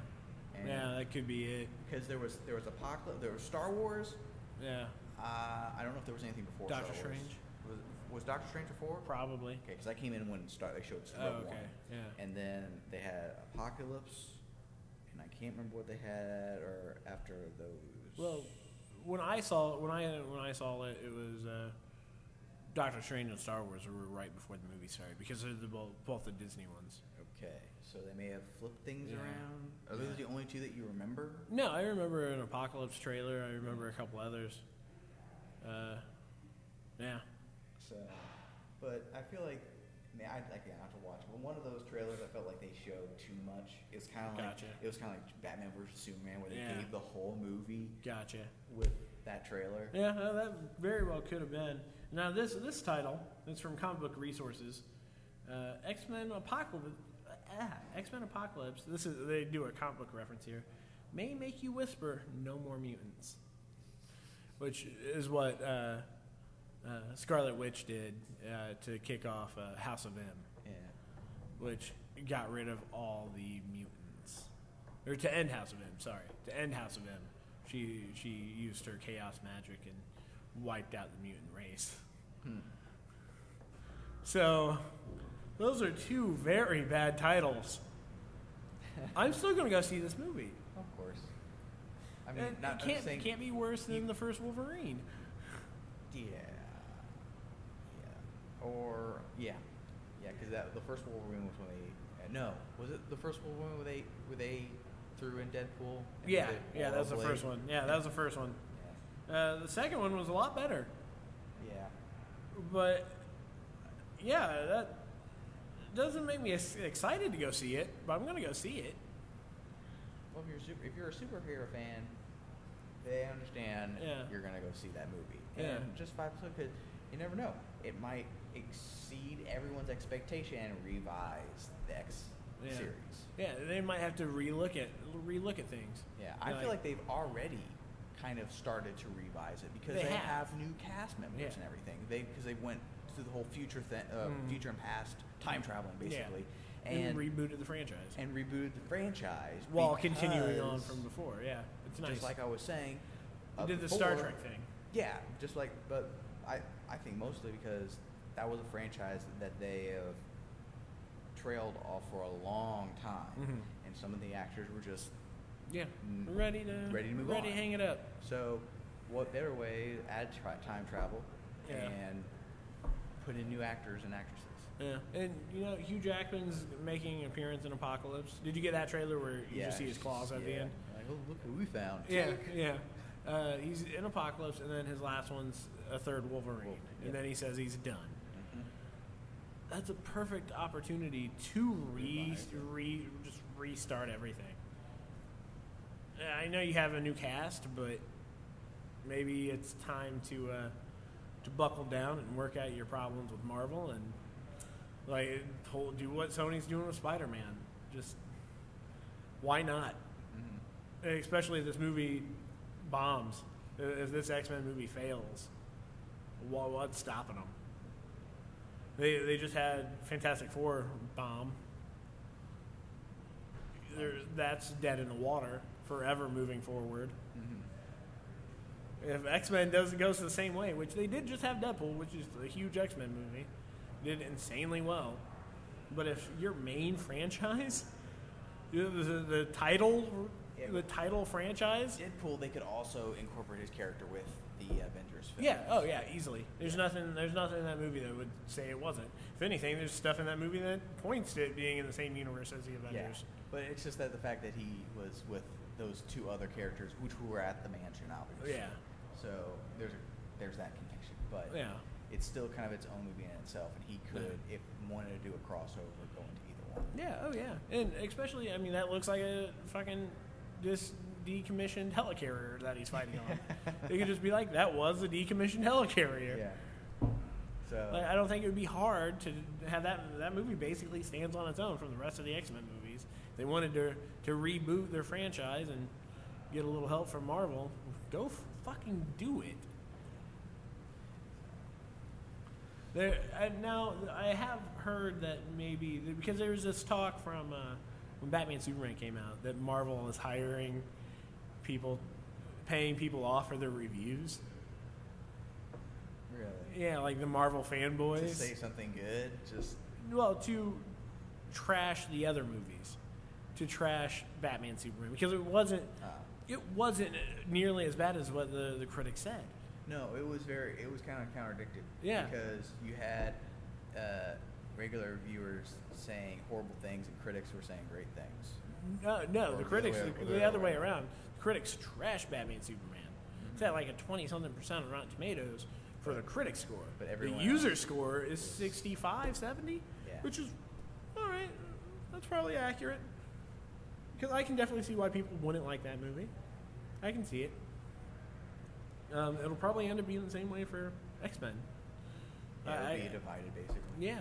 Speaker 1: And-
Speaker 2: yeah, that could be it.
Speaker 1: because there was there was Apocalypse, there was Star Wars.
Speaker 2: Yeah,
Speaker 1: Uh, I don't know if there was anything before
Speaker 2: Doctor
Speaker 1: Star Wars.
Speaker 2: Strange?
Speaker 1: Was, was Doctor Strange before?
Speaker 2: probably.
Speaker 1: Okay, because I came in when Star they showed Star
Speaker 2: Oh,
Speaker 1: Wars,
Speaker 2: okay. Yeah.
Speaker 1: and then they had Apocalypse, and I can't remember what they had or after those.
Speaker 2: Well, when I saw when I when I saw it, it was uh, Doctor Strange and Star Wars were right before the movie started because they're the, both, both the Disney ones.
Speaker 1: okay, so they may have flipped things
Speaker 2: Yeah.
Speaker 1: around. Are those the only two that you remember?
Speaker 2: No, I remember an Apocalypse trailer. I remember a couple others. Uh, yeah,
Speaker 1: So, but I feel like, I mean, I'd like to have to watch. But one of those trailers, I felt like they showed too much. It was kind of
Speaker 2: Gotcha.
Speaker 1: like it was kind of like Batman versus Superman, where they
Speaker 2: Yeah.
Speaker 1: gave the whole movie
Speaker 2: gotcha.
Speaker 1: with that trailer.
Speaker 2: Yeah, uh, that very well could have been. Now this this title is from Comic Book Resources. Uh, X Men Apocalypse. Uh, X Men Apocalypse. This is they do a comic book reference here. May make you whisper, "No more mutants," which is what uh, uh, Scarlet Witch did uh, to kick off uh, House of M,
Speaker 1: yeah.
Speaker 2: which got rid of all the mutants, or to end House of M. Sorry, to end House of M, she she used her chaos magic and wiped out the mutant race.
Speaker 1: Hmm.
Speaker 2: So, those are two very bad titles. I'm still going to go see this movie.
Speaker 1: Of course. I mean,
Speaker 2: And
Speaker 1: not
Speaker 2: it can't,
Speaker 1: saying,
Speaker 2: can't be worse than the first Wolverine.
Speaker 1: Yeah. Yeah. Or yeah, yeah, because that the first Wolverine was when they uh, no was it the first Wolverine where they where they threw in Deadpool? And
Speaker 2: Yeah,
Speaker 1: did
Speaker 2: yeah, that was the
Speaker 1: Blade?
Speaker 2: first one. Yeah, that was the first one.
Speaker 1: Yeah.
Speaker 2: Uh, the second one was a lot better,
Speaker 1: yeah.
Speaker 2: but yeah, that doesn't make me ex- excited to go see it. But I'm going to go see it.
Speaker 1: Well, if you're super, if you're a superhero fan, they understand
Speaker 2: Yeah.
Speaker 1: you're gonna go see that movie.
Speaker 2: Yeah.
Speaker 1: And just by because you never know, it might exceed everyone's expectation and revise the X
Speaker 2: Yeah.
Speaker 1: series.
Speaker 2: Yeah, they might have to relook at relook at things.
Speaker 1: Yeah, I
Speaker 2: Like-
Speaker 1: feel like they've already kind of started to revise it because
Speaker 2: They
Speaker 1: they,
Speaker 2: have.
Speaker 1: have. new cast members
Speaker 2: Yeah.
Speaker 1: and everything. They because they went through the whole future thi- uh,
Speaker 2: Mhm.
Speaker 1: future and past time traveling basically,
Speaker 2: and
Speaker 1: and
Speaker 2: rebooted the franchise
Speaker 1: and rebooted the franchise
Speaker 2: while continuing on
Speaker 1: because,
Speaker 2: from before. Yeah, it's nice.
Speaker 1: just like I was saying.
Speaker 2: You
Speaker 1: uh,
Speaker 2: did the Star
Speaker 1: before-
Speaker 2: Trek thing.
Speaker 1: Yeah, just like but I I think mostly because that was a franchise that they have trailed off for a long time,
Speaker 2: Mhm.
Speaker 1: and some of the actors were just
Speaker 2: Yeah,
Speaker 1: Mm.
Speaker 2: we're ready to
Speaker 1: Ready to move
Speaker 2: ready
Speaker 1: on.
Speaker 2: hang it up.
Speaker 1: So, what better way to add tri- time travel
Speaker 2: Yeah.
Speaker 1: and put in new actors and actresses?
Speaker 2: Yeah, and you know Hugh Jackman's making an appearance in Apocalypse. Did you get that trailer where you just see his claws at the
Speaker 1: yeah.
Speaker 2: end?
Speaker 1: Like, oh, look who we found.
Speaker 2: Yeah, yeah. Uh, he's in Apocalypse, and then his last one's a third Wolverine,
Speaker 1: Wolverine,
Speaker 2: and
Speaker 1: yeah.
Speaker 2: then he says he's done.
Speaker 1: Mhm.
Speaker 2: That's a perfect opportunity to re,
Speaker 1: Revive.
Speaker 2: re just restart everything. Uh, I know you have a new cast, but maybe it's time to uh, to buckle down and work out your problems with Marvel and like pull, do what Sony's doing with Spider-Man. Just why not?
Speaker 1: Mhm.
Speaker 2: especially if this movie bombs, if this X Men movie fails, what, what's stopping them? They they just had Fantastic Four bomb. There, that's dead in the water forever moving forward.
Speaker 1: Mhm.
Speaker 2: If X Men doesn't goes the same way, which they did just have Deadpool, which is a huge X Men movie, did insanely well. But if your main franchise, the, the, the title,
Speaker 1: Yeah.
Speaker 2: the title franchise,
Speaker 1: Deadpool. They could also incorporate his character with the Avengers. Film.
Speaker 2: yeah, oh yeah, easily. There's nothing. There's nothing in that movie that would say it wasn't. If anything, there's stuff in that movie that points to it being in the same universe as the
Speaker 1: yeah.
Speaker 2: Avengers.
Speaker 1: But it's just that the fact that he was with those two other characters, which were at the mansion, obviously.
Speaker 2: Yeah.
Speaker 1: So there's a, there's that connection, but
Speaker 2: Yeah.
Speaker 1: it's still kind of its own movie in itself, and he could, if wanted to do a crossover, go into either one.
Speaker 2: Yeah, oh yeah. And especially, I mean, that looks like a fucking this decommissioned helicarrier that he's fighting on. they could just be like, that was a decommissioned helicarrier.
Speaker 1: Yeah. So
Speaker 2: Like, I don't think it would be hard to have that. That movie basically stands on its own from the rest of the X Men movies. They wanted to to reboot their franchise and get a little help from Marvel. Go f- fucking do it. There I, now, I have heard that maybe because there was this talk from uh, when Batman Superman came out that Marvel was hiring people, paying people off for their reviews.
Speaker 1: really,
Speaker 2: Yeah, like the Marvel fanboys.
Speaker 1: to say something good, just
Speaker 2: Well, to trash the other movies, to trash Batman Superman because it wasn't
Speaker 1: uh,
Speaker 2: it wasn't nearly as bad as what the, the critics said.
Speaker 1: no. It was very. It was kind of counterdictive.
Speaker 2: Yeah.
Speaker 1: Because you had uh, regular viewers saying horrible things, and critics were saying great things.
Speaker 2: No, no,
Speaker 1: Or
Speaker 2: the
Speaker 1: the
Speaker 2: critics
Speaker 1: other way-
Speaker 2: the,
Speaker 1: or the
Speaker 2: other
Speaker 1: other
Speaker 2: way
Speaker 1: way
Speaker 2: around. Critics trash Batman Superman. It's at like a twenty something percent on Rotten Tomatoes for the critic score.
Speaker 1: But
Speaker 2: the
Speaker 1: everyone
Speaker 2: user
Speaker 1: else
Speaker 2: score is 65, 70,
Speaker 1: Yeah.
Speaker 2: which is all right. That's probably accurate because I can definitely see why people wouldn't like that movie. I can see it. Um, it'll probably end up being the same way for X Men.
Speaker 1: Yeah,
Speaker 2: I-
Speaker 1: it
Speaker 2: I-
Speaker 1: would be divided basically.
Speaker 2: Yeah,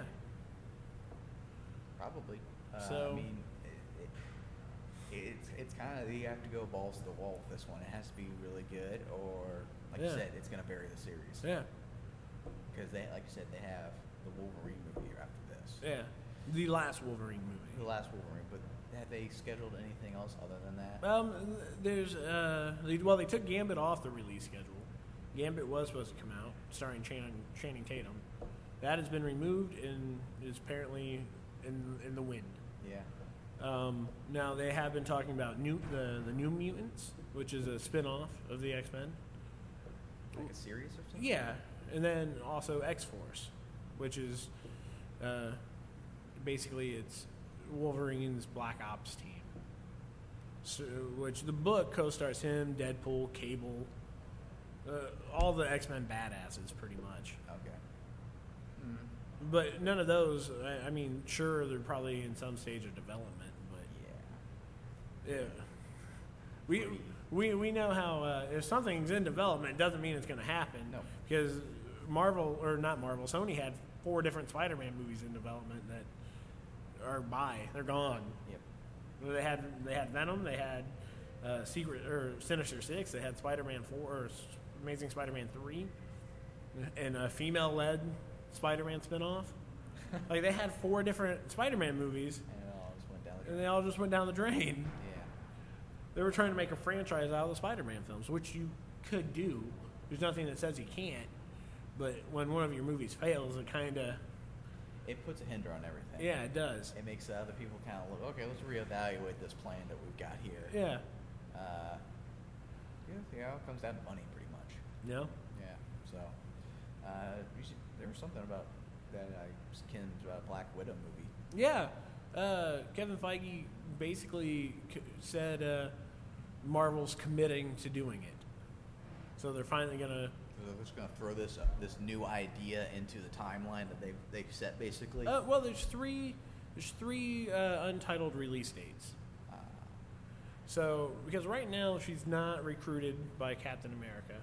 Speaker 1: Probably. Uh,
Speaker 2: So-
Speaker 1: I mean, it, it, it's it's kind of you have to go balls to the wall with this one. It has to be really good, or like
Speaker 2: Yeah.
Speaker 1: you said, it's going to bury the series.
Speaker 2: yeah,
Speaker 1: Because they, like you said, they have the Wolverine movie after this.
Speaker 2: yeah. The last Wolverine
Speaker 1: The
Speaker 2: movie.
Speaker 1: last Wolverine, but have they scheduled anything else other than that?
Speaker 2: Um, there's uh, they- well, they took Gambit off the release schedule. Gambit was supposed to come out, starring Channing, Channing Tatum. That has been removed and is apparently in in the wind.
Speaker 1: yeah.
Speaker 2: Um, now they have been talking about new the the New Mutants, which is a spin-off of the X Men.
Speaker 1: Like a series or something?
Speaker 2: Yeah, and then also X Force, which is uh, basically it's Wolverine's Black Ops team. So, which the book co-stars him, Deadpool, Cable, uh, all the X Men badasses, pretty much.
Speaker 1: Okay.
Speaker 2: Mm-hmm. But none of those. I, I mean, sure, they're probably in some stage of development, but
Speaker 1: Yeah.
Speaker 2: Yeah. We, we, we know how uh, if something's in development, it doesn't mean it's going to happen.
Speaker 1: No.
Speaker 2: Because Marvel, or not Marvel, Sony had four different Spider Man movies in development that are by, they're gone.
Speaker 1: Yep.
Speaker 2: They had, they had Venom, they had uh, Secret, or Sinister Six, they had Spider Man 4, or S- Amazing Spider Man 3, and a female led Spider Man spinoff. like, they had four different Spider Man movies,
Speaker 1: And it all just went down the
Speaker 2: and they all just went down the drain.
Speaker 1: Yeah.
Speaker 2: They were trying to make a franchise out of the Spider-Man films, which you could do. There's nothing that says you can't. But when one of your movies fails, it kind of
Speaker 1: It puts a hinder on everything.
Speaker 2: yeah, it does.
Speaker 1: It makes the other people kind of look, okay, let's reevaluate this plan that we've got here.
Speaker 2: Yeah,
Speaker 1: Uh, yeah, yeah, it comes down to money pretty much.
Speaker 2: no,
Speaker 1: Yeah. So, uh, you should, there was something about that I skimmed about a Black Widow movie.
Speaker 2: yeah. Uh, Kevin Feige basically c- said uh, Marvel's committing to doing it, so they're finally gonna.
Speaker 1: They're just gonna throw this up, this new idea into the timeline that they've they've set basically.
Speaker 2: Uh, well, there's three. There's three uh, untitled release dates.
Speaker 1: Uh,
Speaker 2: So, because right now she's not recruited by Captain America.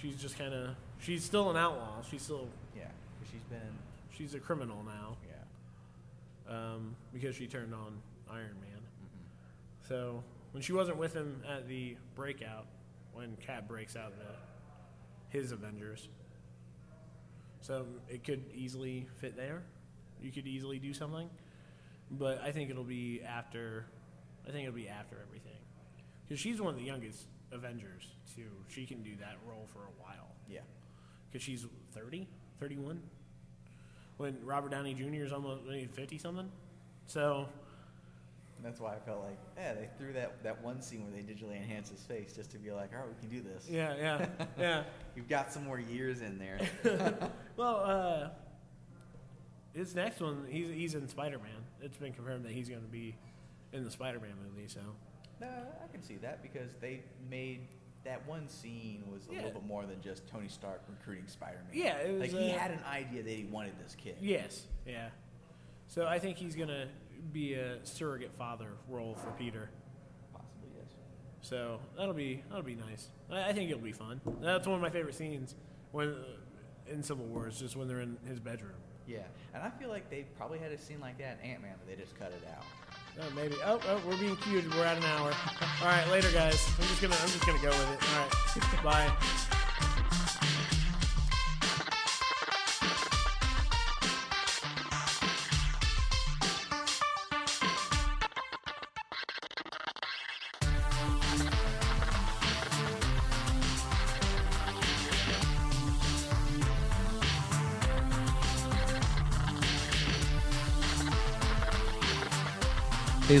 Speaker 2: She's just kind of she's still an outlaw. She's still
Speaker 1: yeah, 'cause she's been in,
Speaker 2: she's a criminal now
Speaker 1: yeah.
Speaker 2: um, because she turned on Iron Man. So when she wasn't with him at the breakout, when Cap breaks out the his Avengers, so it could easily fit there. You could easily do something, but I think it'll be after. I think it'll be after everything, because she's one of the youngest Avengers too. She can do that role for a while
Speaker 1: Yeah.
Speaker 2: because she's 30, 31. When Robert Downey Jr. is almost 50 something. So,
Speaker 1: And that's why I felt like, yeah, they threw that, that one scene where they digitally enhanced his face just to be like, all right, we can do this.
Speaker 2: yeah, yeah, yeah.
Speaker 1: You've got some more years in there.
Speaker 2: Well, uh, his next one, he's, he's in Spider Man. It's been confirmed that he's going to be in the Spider Man movie, so.
Speaker 1: no, I can see that because they made that one scene was a
Speaker 2: Yeah.
Speaker 1: little bit more than just Tony Stark recruiting Spider-Man.
Speaker 2: Yeah, it was,
Speaker 1: like he
Speaker 2: uh,
Speaker 1: had an idea that he wanted this kid.
Speaker 2: Yes, yeah. So I think he's going to be a surrogate father role for Peter.
Speaker 1: Possibly.
Speaker 2: So that'll be that'll be nice. I, I think it'll be fun. That's one of my favorite scenes when in Civil War is just when they're in his bedroom.
Speaker 1: Yeah, and I feel like they probably had a scene like that in Ant Man, but they just cut it out.
Speaker 2: Oh, maybe. Oh, oh, we're being cued. We're at an hour. All right, later, guys. I'm just gonna I'm just gonna go with it. All right, bye.
Speaker 3: Hey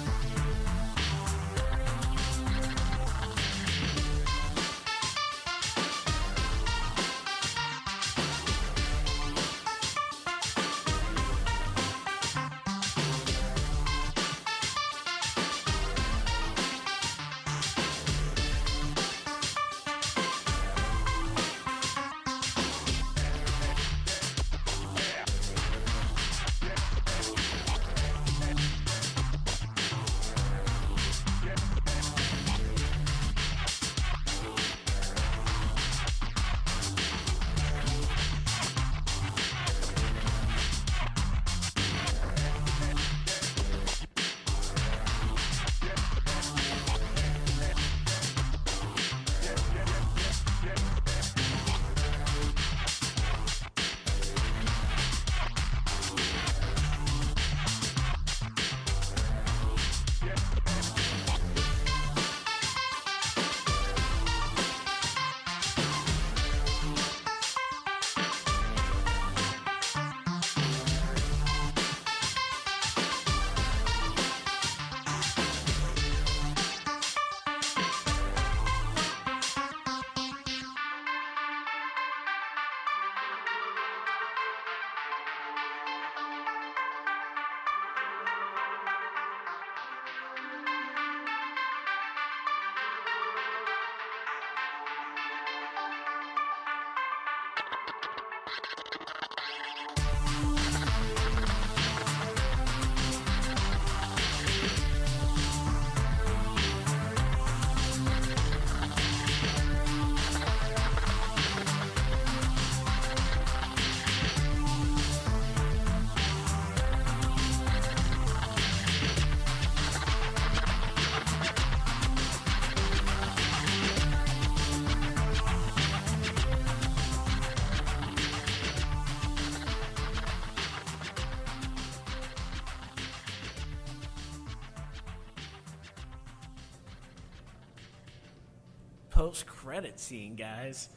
Speaker 2: post credit scene, guys.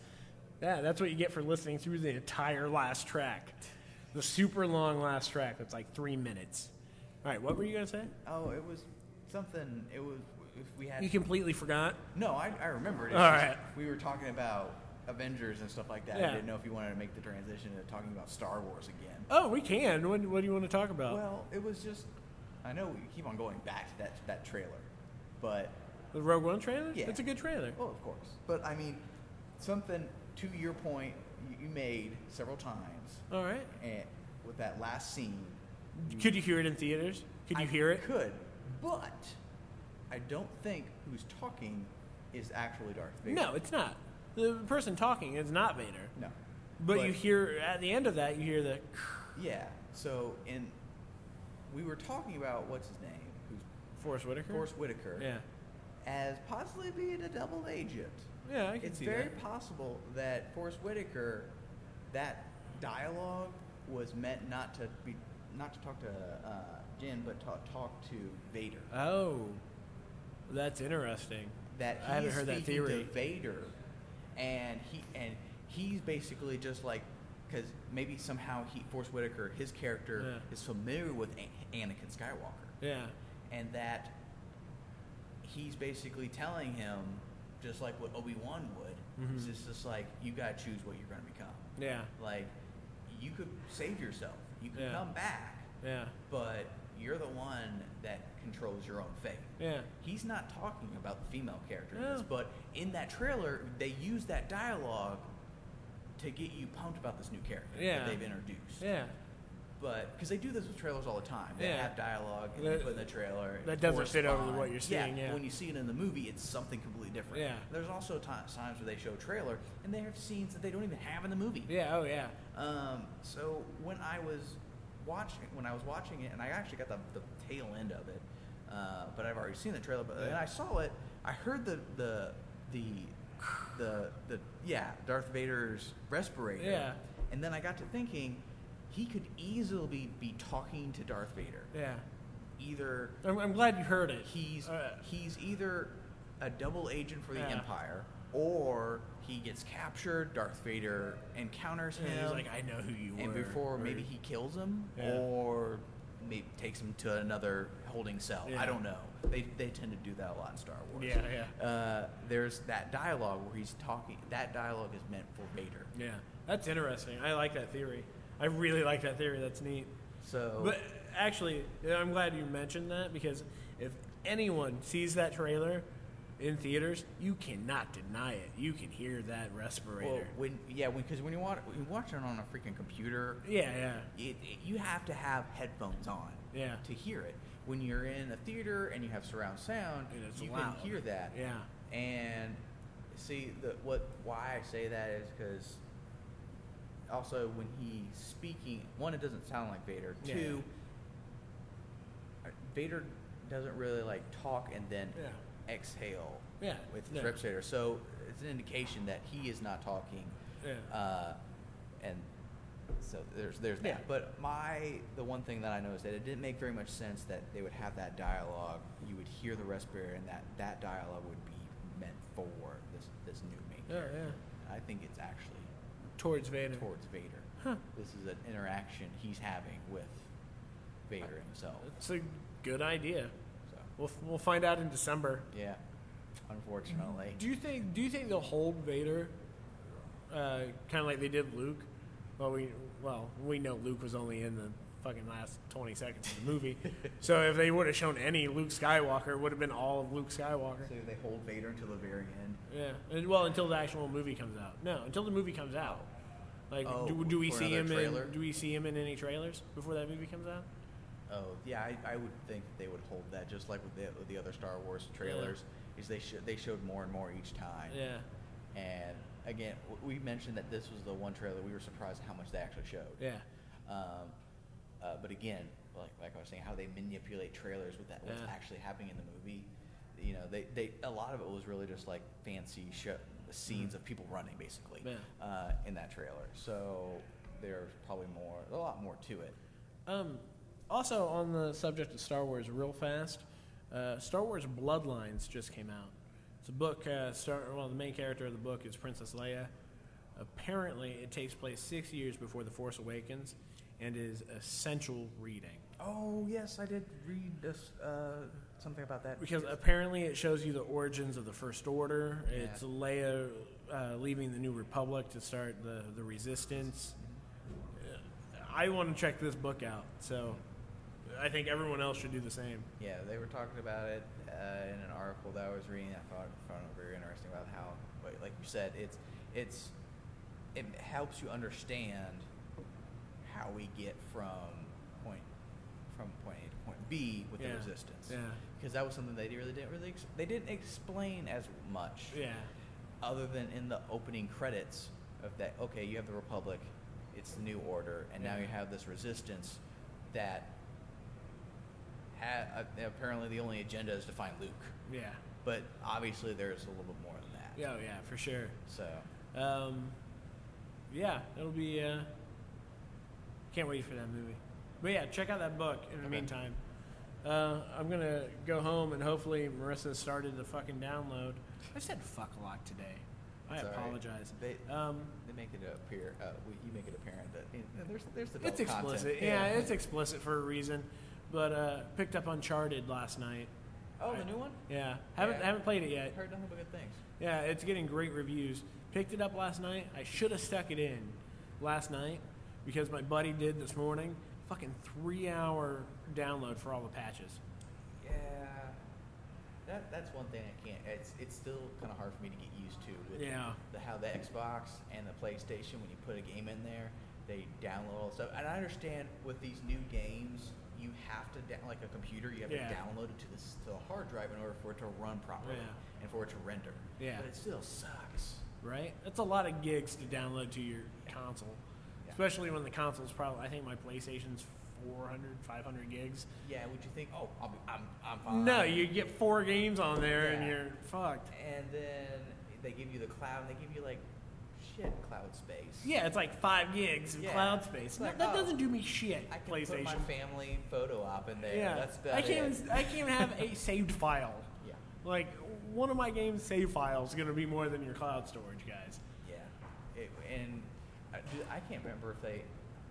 Speaker 2: Yeah, that's what you get for listening through the entire last track. The super long last track that's like three minutes. All right, what were you going to say?
Speaker 1: Oh, it was something. It was if we had.
Speaker 2: You completely forgot?
Speaker 1: no, I, I remembered. It's
Speaker 2: All
Speaker 1: just
Speaker 2: right.
Speaker 1: We were talking about Avengers and stuff like that.
Speaker 2: Yeah.
Speaker 1: I didn't know if you wanted to make the transition to talking about Star Wars again.
Speaker 2: Oh, we can. What, what do you want to talk about?
Speaker 1: Well, it was just. I know we keep on going back to that that trailer, but
Speaker 2: the Rogue One trailer?
Speaker 1: Yeah.
Speaker 2: That's a good trailer.
Speaker 1: Well, of course. But I mean, something to your point you, you made several times,
Speaker 2: All right.
Speaker 1: and with that last scene.
Speaker 2: Could you hear it in theaters? Could you
Speaker 1: I
Speaker 2: hear it?
Speaker 1: Could, but I don't think who's talking is actually Darth Vader.
Speaker 2: No, it's not. The person talking is not Vader.
Speaker 1: no.
Speaker 2: But, you hear, at the end of that, you hear the.
Speaker 1: Yeah. So in, we were talking about what's his name, who's
Speaker 2: Forrest Whitaker?
Speaker 1: Forrest Whitaker,
Speaker 2: Yeah.
Speaker 1: as possibly being a double agent.
Speaker 2: Yeah, I can
Speaker 1: it's
Speaker 2: see
Speaker 1: very
Speaker 2: that.
Speaker 1: possible that Forrest Whitaker, that dialogue was meant not to be, not to talk to uh, Jin, but to talk to Vader.
Speaker 2: Oh, that's interesting.
Speaker 1: that
Speaker 2: I haven't
Speaker 1: he's
Speaker 2: heard that
Speaker 1: speaking
Speaker 2: theory.
Speaker 1: To Vader, and he and he's basically just like because maybe somehow he Force Whitaker, his character
Speaker 2: Yeah.
Speaker 1: is familiar with An- Anakin Skywalker,
Speaker 2: Yeah.
Speaker 1: and that he's basically telling him just like what Obi Wan would.
Speaker 2: Mhm.
Speaker 1: It's just, just like you gotta choose what you're gonna become.
Speaker 2: Yeah.
Speaker 1: Like you could save yourself. You can
Speaker 2: Yeah.
Speaker 1: come back,
Speaker 2: Yeah.
Speaker 1: but you're the one that controls your own fate.
Speaker 2: Yeah.
Speaker 1: He's not talking about the female character in this,
Speaker 2: No.
Speaker 1: but in that trailer, they use that dialogue to get you pumped about this new character
Speaker 2: Yeah.
Speaker 1: that they've introduced.
Speaker 2: Yeah.
Speaker 1: But because they do this with trailers all the time, they
Speaker 2: Yeah.
Speaker 1: have dialogue and they
Speaker 2: That-
Speaker 1: put in the trailer.
Speaker 2: that
Speaker 1: it
Speaker 2: doesn't fit over
Speaker 1: corresponds.
Speaker 2: what you're seeing, yeah.
Speaker 1: when you see it in the movie, it's something completely different.
Speaker 2: Yeah.
Speaker 1: There's also ti times where they show a trailer and they have scenes that they don't even have in the movie.
Speaker 2: Yeah. Oh yeah.
Speaker 1: Um, so when I was watching, when I was watching it, and I actually got the, the tail end of it, uh, but I've already seen the trailer. But when
Speaker 2: Yeah.
Speaker 1: I saw it, I heard the the the the, the yeah Darth Vader's respirator.
Speaker 2: Yeah.
Speaker 1: And then I got to thinking, he could easily be talking to Darth Vader.
Speaker 2: Yeah.
Speaker 1: Either
Speaker 2: I'm, I'm glad you heard it.
Speaker 1: he's
Speaker 2: Uh,
Speaker 1: he's either a double agent for the
Speaker 2: Yeah.
Speaker 1: Empire, or he gets captured. Darth Vader encounters him
Speaker 2: and he's like, I know who you
Speaker 1: and
Speaker 2: were.
Speaker 1: before
Speaker 2: or-
Speaker 1: maybe he kills him
Speaker 2: Yeah.
Speaker 1: or maybe takes him to another holding cell.
Speaker 2: Yeah.
Speaker 1: I don't know. They, they tend to do that a lot in Star Wars.
Speaker 2: Yeah. Yeah.
Speaker 1: Uh, there's that dialogue where he's talking. That dialogue is meant for Vader.
Speaker 2: Yeah. That's interesting. I like that theory. I really like that theory. That's neat.
Speaker 1: So
Speaker 2: But actually, yeah, I'm glad you mentioned that because if anyone sees that trailer in theaters, you cannot deny it. You can hear that respirator.
Speaker 1: well, when yeah, because when, you watch when you watch it on a freaking computer,
Speaker 2: yeah, yeah,
Speaker 1: it, it, you have to have headphones on
Speaker 2: Yeah.
Speaker 1: to hear it. When you're in a theater and you have surround sound,
Speaker 2: And it's
Speaker 1: you
Speaker 2: loud.
Speaker 1: can hear that.
Speaker 2: yeah,
Speaker 1: And see the what why I say that is because also when he's speaking, one it doesn't sound like Vader.
Speaker 2: Yeah.
Speaker 1: Two, uh, Vader doesn't really like talk and then
Speaker 2: Yeah.
Speaker 1: exhale
Speaker 2: Yeah,
Speaker 1: with
Speaker 2: no.
Speaker 1: his respirator. So it's an indication that he is not talking.
Speaker 2: Yeah.
Speaker 1: Uh, and so there's there's that.
Speaker 2: Yeah.
Speaker 1: But my the one thing that I noticed that it didn't make very much sense that they would have that dialogue. You would hear the respirator, and that that dialogue would be meant for this this new main
Speaker 2: yeah,
Speaker 1: character.
Speaker 2: yeah.
Speaker 1: I think it's actually
Speaker 2: Towards Vader.
Speaker 1: towards Vader.
Speaker 2: Huh.
Speaker 1: This is an interaction he's having with Vader himself.
Speaker 2: It's a good idea.
Speaker 1: So
Speaker 2: We'll we'll find out in December.
Speaker 1: yeah, unfortunately.
Speaker 2: Do you think Do you think they'll hold Vader, uh, kind of like they did Luke? Well, we well we know Luke was only in the fucking last twenty seconds of the movie. so if they would have shown any Luke Skywalker, it would have been all of Luke Skywalker.
Speaker 1: So they hold Vader until the very end.
Speaker 2: Yeah. And, well, until the actual movie comes out. No, until the movie comes out. Like,
Speaker 1: Oh,
Speaker 2: do, do we
Speaker 1: for
Speaker 2: see him?
Speaker 1: another trailer?
Speaker 2: In, do we see him in any trailers before that movie comes out?
Speaker 1: Oh yeah, I, I would think that they would hold that just like with the, with the other Star Wars trailers. Is they sho- they showed more and more each time.
Speaker 2: Yeah.
Speaker 1: And again, w- we mentioned that this was the one trailer we were surprised at how much they actually showed.
Speaker 2: Yeah.
Speaker 1: Um, uh, but again, like like I was saying, how they manipulate trailers with that what's
Speaker 2: Yeah.
Speaker 1: actually happening in the movie. You know, they, they a lot of it was really just like fancy show, scenes of people running basically
Speaker 2: Yeah.
Speaker 1: uh, in that trailer. So there's probably more a lot more to it.
Speaker 2: Um, also, on the subject of Star Wars, real fast, uh, Star Wars Bloodlines just came out. It's a book. Uh, Star, well, the main character of the book is Princess Leia. Apparently, it takes place six years before The Force Awakens, and is essential reading
Speaker 1: Oh yes, I did read this uh, something about that.
Speaker 2: because apparently it shows you the origins of the First Order.
Speaker 1: Yeah.
Speaker 2: It's Leia uh, leaving the New Republic to start the the Resistance. Uh, I want to check this book out, so I think everyone else should do the same.
Speaker 1: yeah, they were talking about it uh, in an article that I was reading. I thought found it very interesting about how, but like you said, it's it's it helps you understand how we get from point from point A to point B with
Speaker 2: Yeah.
Speaker 1: the resistance.
Speaker 2: Yeah.
Speaker 1: Because that was something they really didn't really ex- they didn't explain as much.
Speaker 2: Yeah.
Speaker 1: other than in the opening credits of that okay you have the republic it's the new order and now
Speaker 2: Yeah.
Speaker 1: you have this resistance that ha- uh, apparently the only agenda is to find luke
Speaker 2: Yeah.
Speaker 1: but obviously there's a little bit more than that
Speaker 2: Yeah, oh, yeah, for sure.
Speaker 1: so
Speaker 2: Um, yeah, it'll be. Uh, can't wait for that movie. But yeah, check out that book in the
Speaker 1: Okay.
Speaker 2: meantime. Uh, I'm going to go home and hopefully Marissa started the fucking download. I said fuck a lot today. I
Speaker 1: It's all right.
Speaker 2: apologize.
Speaker 1: They-
Speaker 2: um,
Speaker 1: they make it appear uh, we- you make it apparent that you know, there's there's the
Speaker 2: it's explicit. Yeah, it's explicit for a reason. But uh, picked up Uncharted last night.
Speaker 1: oh the new one
Speaker 2: Yeah, haven't
Speaker 1: Yeah.
Speaker 2: haven't played it yet.
Speaker 1: heard nothing but good things
Speaker 2: Yeah, it's getting great reviews. Picked it up last night. I should have stuck it in last night because my buddy did this morning. fucking three hour download for all the patches.
Speaker 1: Yeah, that that's one thing I can't. It's it's still kind of hard for me to get used to with
Speaker 2: Yeah.
Speaker 1: the, how the Xbox and the PlayStation when you put a game in there, they download all the stuff. And I understand with these new games, you have to down, like a computer, you have
Speaker 2: Yeah.
Speaker 1: to download it to the s- to the hard drive in order for it to run properly
Speaker 2: Yeah.
Speaker 1: and for it to render.
Speaker 2: Yeah.
Speaker 1: but it still sucks.
Speaker 2: Right? That's a lot of gigs to download to your console.
Speaker 1: Yeah.
Speaker 2: Especially when the console's probably, I think my PlayStation's 400, 500 gigs.
Speaker 1: Yeah, would you think? Oh, I'll be, I'm I'm fine.
Speaker 2: No, you get four games on there and
Speaker 1: Yeah.
Speaker 2: you're fucked.
Speaker 1: And then they give you the cloud. and They give you like shit cloud space.
Speaker 2: Yeah, it's like five gigs of
Speaker 1: Yeah.
Speaker 2: cloud space.
Speaker 1: It's
Speaker 2: No,
Speaker 1: like,
Speaker 2: that
Speaker 1: oh,
Speaker 2: doesn't do me shit.
Speaker 1: I can
Speaker 2: PlayStation.
Speaker 1: put my family photo op in there.
Speaker 2: yeah,
Speaker 1: That's about
Speaker 2: I can't.
Speaker 1: it.
Speaker 2: Even, I can't even have a saved file.
Speaker 1: Yeah,
Speaker 2: Like one of my games' save files is going to be more than your cloud storage, guys.
Speaker 1: yeah. It, and I, dude, I can't remember if they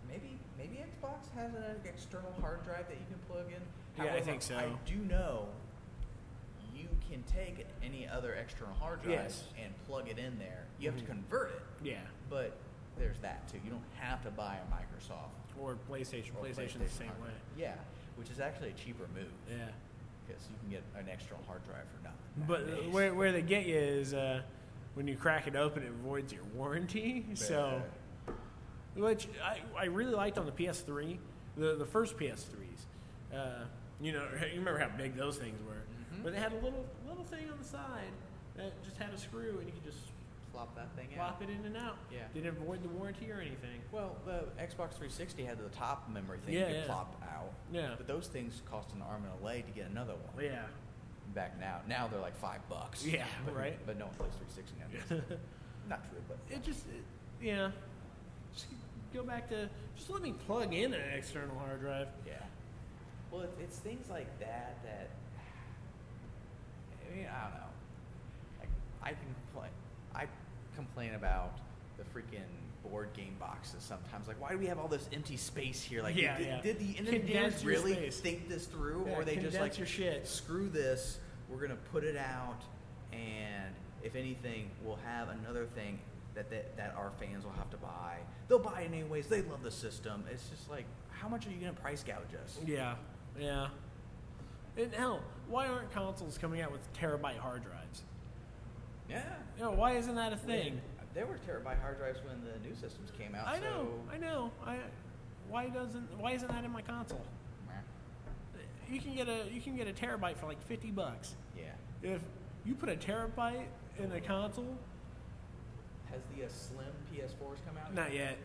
Speaker 1: maybe maybe Xbox has an external hard drive that you can plug in.
Speaker 2: Yeah, I think so.
Speaker 1: I do know you can take any other external hard drive
Speaker 2: Yes.
Speaker 1: and plug it in there. You have
Speaker 2: Mhm.
Speaker 1: to convert it,
Speaker 2: Yeah,
Speaker 1: but there's that too. You don't have to buy a Microsoft.
Speaker 2: or PlayStation.
Speaker 1: or
Speaker 2: PlayStation the same
Speaker 1: hard
Speaker 2: way.
Speaker 1: drive. Yeah, which is actually a cheaper move.
Speaker 2: Yeah,
Speaker 1: because you can get an external hard drive for nothing.
Speaker 2: but uh,
Speaker 1: nowadays.
Speaker 2: where where they get you is uh, when you crack it open, it voids your warranty. So, which I, I really liked on the PS3, the the first PS3s. Uh, you know, you remember how big those things were, but they had a little little thing on the side that just had a screw, and you could just
Speaker 1: flop that thing
Speaker 2: plop it in and out.
Speaker 1: Yeah.
Speaker 2: Didn't void the warranty or anything.
Speaker 1: Well, the Xbox 360 had the top memory thing
Speaker 2: Yeah,
Speaker 1: you could
Speaker 2: yeah.
Speaker 1: plop out.
Speaker 2: Yeah.
Speaker 1: But those things cost an arm and a leg to get another one.
Speaker 2: Yeah.
Speaker 1: Back now, now they're like five bucks.
Speaker 2: Yeah,
Speaker 1: But-
Speaker 2: right.
Speaker 1: But no one plays 360 nowadays. Not true, but
Speaker 2: It just, it, yeah. Just go back to, just let me plug in an external hard drive.
Speaker 1: yeah. Well, it's, it's things like that that. I mean, I don't know. Like, I can complain. I complain about the freaking board game boxes sometimes. Like, why do we have all this empty space here? Like,
Speaker 2: Yeah,
Speaker 1: did,
Speaker 2: yeah.
Speaker 1: did the engineers
Speaker 2: Condense your
Speaker 1: really
Speaker 2: space.
Speaker 1: think this through,
Speaker 2: Yeah,
Speaker 1: or they just
Speaker 2: condense
Speaker 1: like
Speaker 2: your shit.
Speaker 1: screw this? We're gonna put it out, and if anything, we'll have another thing that that, that our fans will have to buy. They'll buy it anyways. They love the system. It's just like, how much are you gonna price gouge us?
Speaker 2: Yeah. Yeah. And hell, why aren't consoles coming out with terabyte hard drives?
Speaker 1: Yeah.
Speaker 2: You know, why isn't that a thing?
Speaker 1: There were terabyte hard drives when the new systems came out.
Speaker 2: I
Speaker 1: so
Speaker 2: know, I know. I why doesn't why isn't that in my console? You can get a you can get a terabyte for like fifty bucks.
Speaker 1: Yeah.
Speaker 2: If you put a terabyte in a console,
Speaker 1: Has the uh, slim PS4s come out?
Speaker 2: not yet.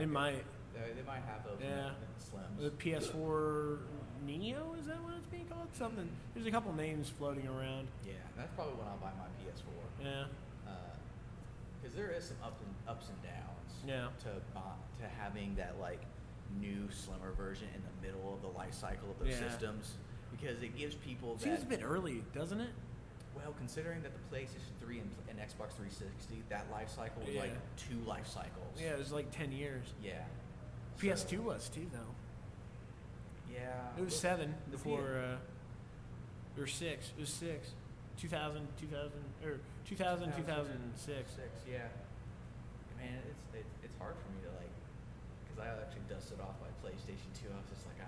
Speaker 2: It might.
Speaker 1: They, they might have those.
Speaker 2: Yeah.
Speaker 1: Slims.
Speaker 2: The PS4 Neo is that what it's being called? Something. There's a couple names floating around.
Speaker 1: yeah, that's probably when I'll buy my PS4.
Speaker 2: Yeah.
Speaker 1: because there Uh, is some ups and ups and downs
Speaker 2: Yeah.
Speaker 1: to bo- to having that like new slimmer version in the middle of the life cycle of those
Speaker 2: Yeah.
Speaker 1: systems because it gives people that
Speaker 2: Seems a bit early, doesn't it?
Speaker 1: well considering that the PlayStation 3 and, and Xbox 360 that life cycle was like
Speaker 2: Yeah.
Speaker 1: two life cycles
Speaker 2: Yeah, it was like ten years.
Speaker 1: yeah
Speaker 2: PS2
Speaker 1: So,
Speaker 2: was too though.
Speaker 1: yeah
Speaker 2: It was
Speaker 1: well,
Speaker 2: seven
Speaker 1: the
Speaker 2: before, uh, or six. It was six. 2000, 2000, or 2000, 2006.
Speaker 1: Six, yeah. Man, it's it's, it's hard for me to like, because I actually dusted off my PlayStation Two. I was just like, ah,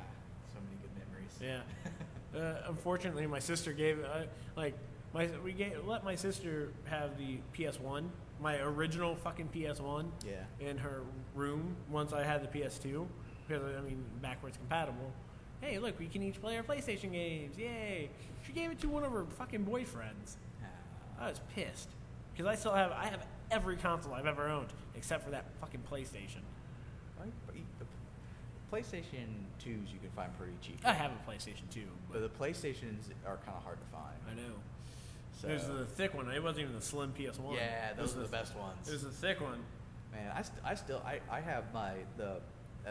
Speaker 1: so many good memories.
Speaker 2: Yeah. Uh, unfortunately, my sister gave uh, like my we gave, let my sister have the PS1, my original fucking PS1,
Speaker 1: Yeah.
Speaker 2: in her room once I had the PS2 because I mean backwards compatible. Hey, look, we can each play our PlayStation games. Yay! She gave it to one of her fucking boyfriends.
Speaker 1: Ah,
Speaker 2: I was pissed because I still have I have every console I've ever owned except for that fucking PlayStation.
Speaker 1: I- but you- the PlayStation Twos you can find pretty cheap.
Speaker 2: I have a PlayStation 2,
Speaker 1: But
Speaker 2: but
Speaker 1: the PlayStations are kind of hard to find.
Speaker 2: I know.
Speaker 1: So
Speaker 2: It was the thick one. It wasn't even the slim PS1.
Speaker 1: yeah,
Speaker 2: It
Speaker 1: those
Speaker 2: was
Speaker 1: are the best ones.
Speaker 2: It was a thick one.
Speaker 1: Man, I, st- I still I, I have my the uh,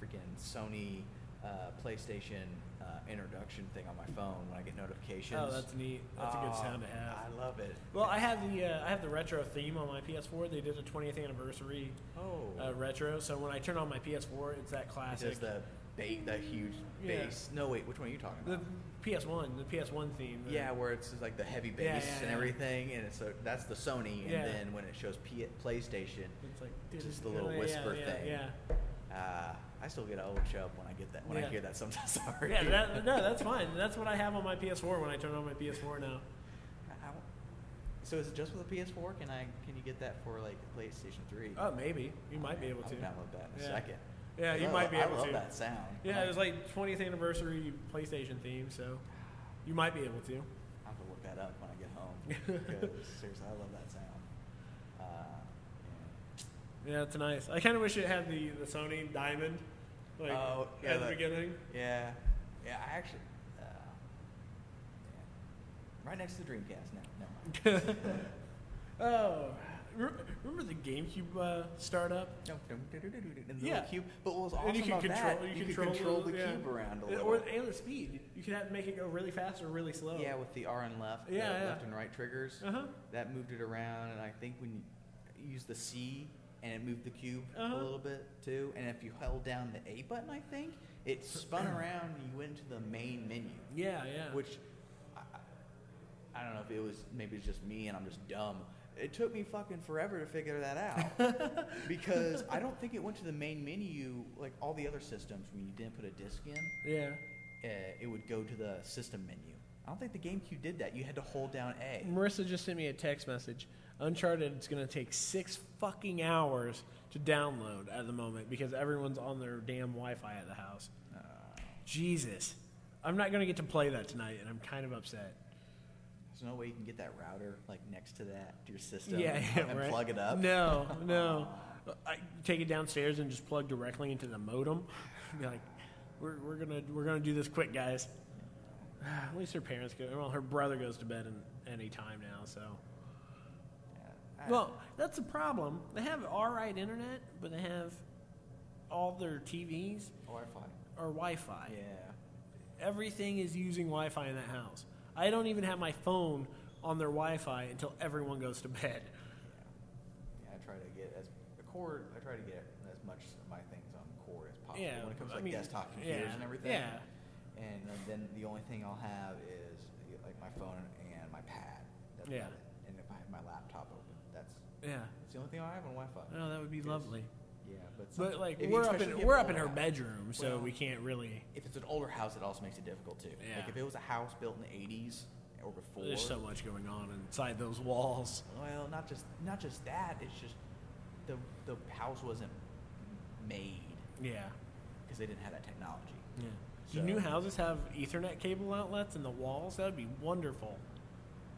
Speaker 1: freaking Sony uh, PlayStation uh, introduction thing on my phone when I get notifications.
Speaker 2: Oh, that's neat. That's a good
Speaker 1: Oh,
Speaker 2: sound to have.
Speaker 1: I love it.
Speaker 2: Well, I have the uh, I have the retro theme on my PS4. They did the 20th anniversary
Speaker 1: oh,
Speaker 2: uh, retro. So when I turn on my PS4, it's that
Speaker 1: it
Speaker 2: classic.
Speaker 1: does the ba- that huge
Speaker 2: Yeah.
Speaker 1: bass. No, wait, which one are you talking
Speaker 2: the
Speaker 1: about?
Speaker 2: PS1, the PS1 theme. the-
Speaker 1: yeah, where it's just like the heavy bass
Speaker 2: Yeah, yeah,
Speaker 1: and
Speaker 2: yeah.
Speaker 1: everything, and it's a, that's the Sony, and
Speaker 2: Yeah.
Speaker 1: then when it shows P- PlayStation,
Speaker 2: It's like
Speaker 1: Just the little
Speaker 2: yeah,
Speaker 1: whisper
Speaker 2: yeah,
Speaker 1: thing.
Speaker 2: Yeah.
Speaker 1: ah, I still get an old chub when I get that when I
Speaker 2: Yeah.
Speaker 1: hear that sometimes. Sorry.
Speaker 2: Yeah, that, no, that's fine. That's what I have on my PS4 when I turn on my PS4 now.
Speaker 1: I- I w- so is it just with a PS4? Can I can you get that for like PlayStation 3?
Speaker 2: Oh, maybe you might be able
Speaker 1: I'll
Speaker 2: to.
Speaker 1: download that in a
Speaker 2: Yeah.
Speaker 1: second.
Speaker 2: Yeah, you
Speaker 1: I
Speaker 2: might be
Speaker 1: love-
Speaker 2: able
Speaker 1: I love
Speaker 2: to.
Speaker 1: that sound.
Speaker 2: Yeah,
Speaker 1: I-
Speaker 2: it was like 20th anniversary PlayStation theme, so you might be able to.
Speaker 1: I have to look that up when I get home. because seriously, I love that sound. Uh, yeah.
Speaker 2: Yeah, it's nice. I kind of wish it had the, the Sony diamond, like
Speaker 1: Oh, yeah,
Speaker 2: at the
Speaker 1: that-
Speaker 2: beginning.
Speaker 1: Yeah, yeah. I actually, uh, yeah. right next to the Dreamcast. No, no.
Speaker 2: Oh, re- remember the GameCube uh, startup?
Speaker 1: And the
Speaker 2: Yeah.
Speaker 1: little cube. But what was awesome
Speaker 2: and you could
Speaker 1: about
Speaker 2: control,
Speaker 1: that?
Speaker 2: you,
Speaker 1: could
Speaker 2: control,
Speaker 1: control the
Speaker 2: yeah.
Speaker 1: cube around a
Speaker 2: Yeah,
Speaker 1: little.
Speaker 2: or and the speed. You could have make it go really fast or really slow.
Speaker 1: yeah, with the R and left, the
Speaker 2: Yeah, yeah.
Speaker 1: left and right triggers.
Speaker 2: Uh huh.
Speaker 1: That moved it around, and I think when you used the C, and it moved the cube
Speaker 2: Uh-huh.
Speaker 1: a little bit too. And if you held down the A button, I think it spun around. and You went to the main menu.
Speaker 2: Yeah, yeah.
Speaker 1: which I, I- I don't know if it was maybe it's just me and I'm just dumb. It took me fucking forever to figure that out because I don't think it went to the main menu like all the other systems when you didn't put a disc in.
Speaker 2: yeah.
Speaker 1: Uh, it would go to the system menu. I don't think the GameCube did that. You had to hold down A.
Speaker 2: Marissa just sent me a text message. Uncharted is going to take six fucking hours to download at the moment because everyone's on their damn Wi-Fi at the house.
Speaker 1: Uh.
Speaker 2: Jesus, I'm not going to get to play that tonight, and I'm kind of upset.
Speaker 1: There's no way you can get that router like next to that to your system
Speaker 2: yeah, yeah,
Speaker 1: and
Speaker 2: right.
Speaker 1: plug it up.
Speaker 2: No, no. I take it downstairs and just plug directly into the modem. Be like, we're, we're gonna we're gonna do this quick, guys. At least her parents go. Well, her brother goes to bed in, any time now, so.
Speaker 1: I-
Speaker 2: Well, that's the problem. They have all right internet, but they have all their TVs
Speaker 1: Wi-Fi.
Speaker 2: are Wi-Fi.
Speaker 1: Yeah.
Speaker 2: Everything is using Wi-Fi in that house. I don't even have my phone on their Wi-Fi until everyone goes to bed.
Speaker 1: Yeah, I try to get as a cord. I try to get as much of my things on cord as possible
Speaker 2: Yeah,
Speaker 1: when it comes to
Speaker 2: I
Speaker 1: like
Speaker 2: mean,
Speaker 1: desktop computers
Speaker 2: yeah,
Speaker 1: and everything.
Speaker 2: yeah.
Speaker 1: And uh, then the only thing I'll have is like my phone and my pad. That's
Speaker 2: Yeah.
Speaker 1: about it. And if I have my laptop open, that's
Speaker 2: Yeah.
Speaker 1: that's the only thing I have on Wi-Fi.
Speaker 2: Oh, that would be
Speaker 1: Yes.
Speaker 2: lovely.
Speaker 1: Yeah, but some-
Speaker 2: But like
Speaker 1: if you-
Speaker 2: we're up
Speaker 1: especially if
Speaker 2: in
Speaker 1: you
Speaker 2: we're
Speaker 1: have
Speaker 2: up in her
Speaker 1: older-
Speaker 2: bedroom, so
Speaker 1: Well-
Speaker 2: we can't really.
Speaker 1: If it's an older house, it also makes it difficult too.
Speaker 2: Yeah.
Speaker 1: Like if it was a house built in the '80s or before,
Speaker 2: There's so much going on inside those walls.
Speaker 1: Well, not just not just that. It's just the the house wasn't made
Speaker 2: Yeah.
Speaker 1: because they didn't have that technology.
Speaker 2: Yeah.
Speaker 1: So-
Speaker 2: Do new houses have Ethernet cable outlets in the walls? That would be wonderful.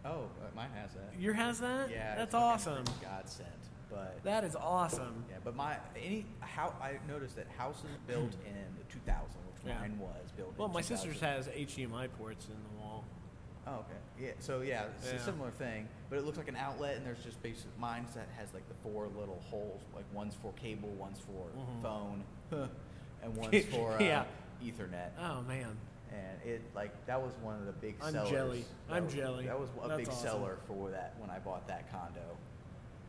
Speaker 1: Oh, uh, mine has that.
Speaker 2: Your has that?
Speaker 1: Yeah,
Speaker 2: That's
Speaker 1: it's fucking
Speaker 2: awesome.
Speaker 1: Godsend, but
Speaker 2: That is awesome.
Speaker 1: yeah, but my any how I noticed that houses built in the 2000, which
Speaker 2: Yeah.
Speaker 1: mine was built.
Speaker 2: Well,
Speaker 1: in
Speaker 2: my sister's
Speaker 1: 2000.
Speaker 2: has HDMI ports in the wall.
Speaker 1: Oh, okay. Yeah. So yeah, it's
Speaker 2: Yeah.
Speaker 1: a similar thing, but it looks like an outlet, and there's just basic mines that has like the four little holes, like one's for cable, one's for phone, and one's for uh,
Speaker 2: Mm-hmm. Yeah.
Speaker 1: Ethernet.
Speaker 2: Oh man.
Speaker 1: and it like that was one of the big
Speaker 2: I'm
Speaker 1: sellers.
Speaker 2: jelly.
Speaker 1: That
Speaker 2: I'm
Speaker 1: was-
Speaker 2: jelly.
Speaker 1: That was a
Speaker 2: That's
Speaker 1: big
Speaker 2: awesome.
Speaker 1: seller for that when I bought that condo.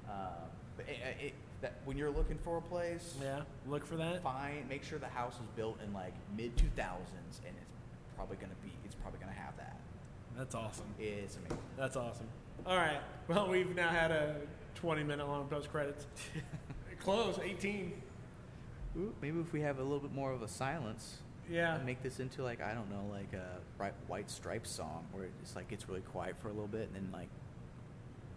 Speaker 1: Um, but it, it, that, when you're looking for a place,
Speaker 2: Yeah. Look for that.
Speaker 1: find make sure the house is built in like mid 2000s, and it's probably gonna be it's probably gonna have that.
Speaker 2: That's awesome.
Speaker 1: It's amazing.
Speaker 2: That's awesome. All right. Well, we've now had a 20 minute long post credits. Close 18.
Speaker 1: Ooh, maybe if we have a little bit more of a silence.
Speaker 2: Yeah.
Speaker 1: and make this into like I don't know, like a bright White Stripes song where it's like gets really quiet for a little bit, and then like,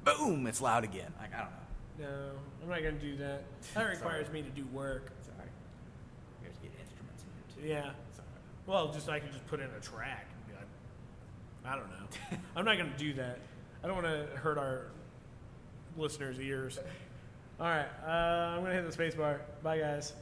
Speaker 1: boom, it's loud again. Like I don't know.
Speaker 2: No, I'm not gonna do that. That requires me to do work.
Speaker 1: Sorry. We have to get instruments in here too.
Speaker 2: Yeah. Well, just I can just put in a track. And be like, I don't know. I'm not gonna do that. I don't want to hurt our listeners' ears. All right, uh, I'm gonna hit the space bar. Bye, guys.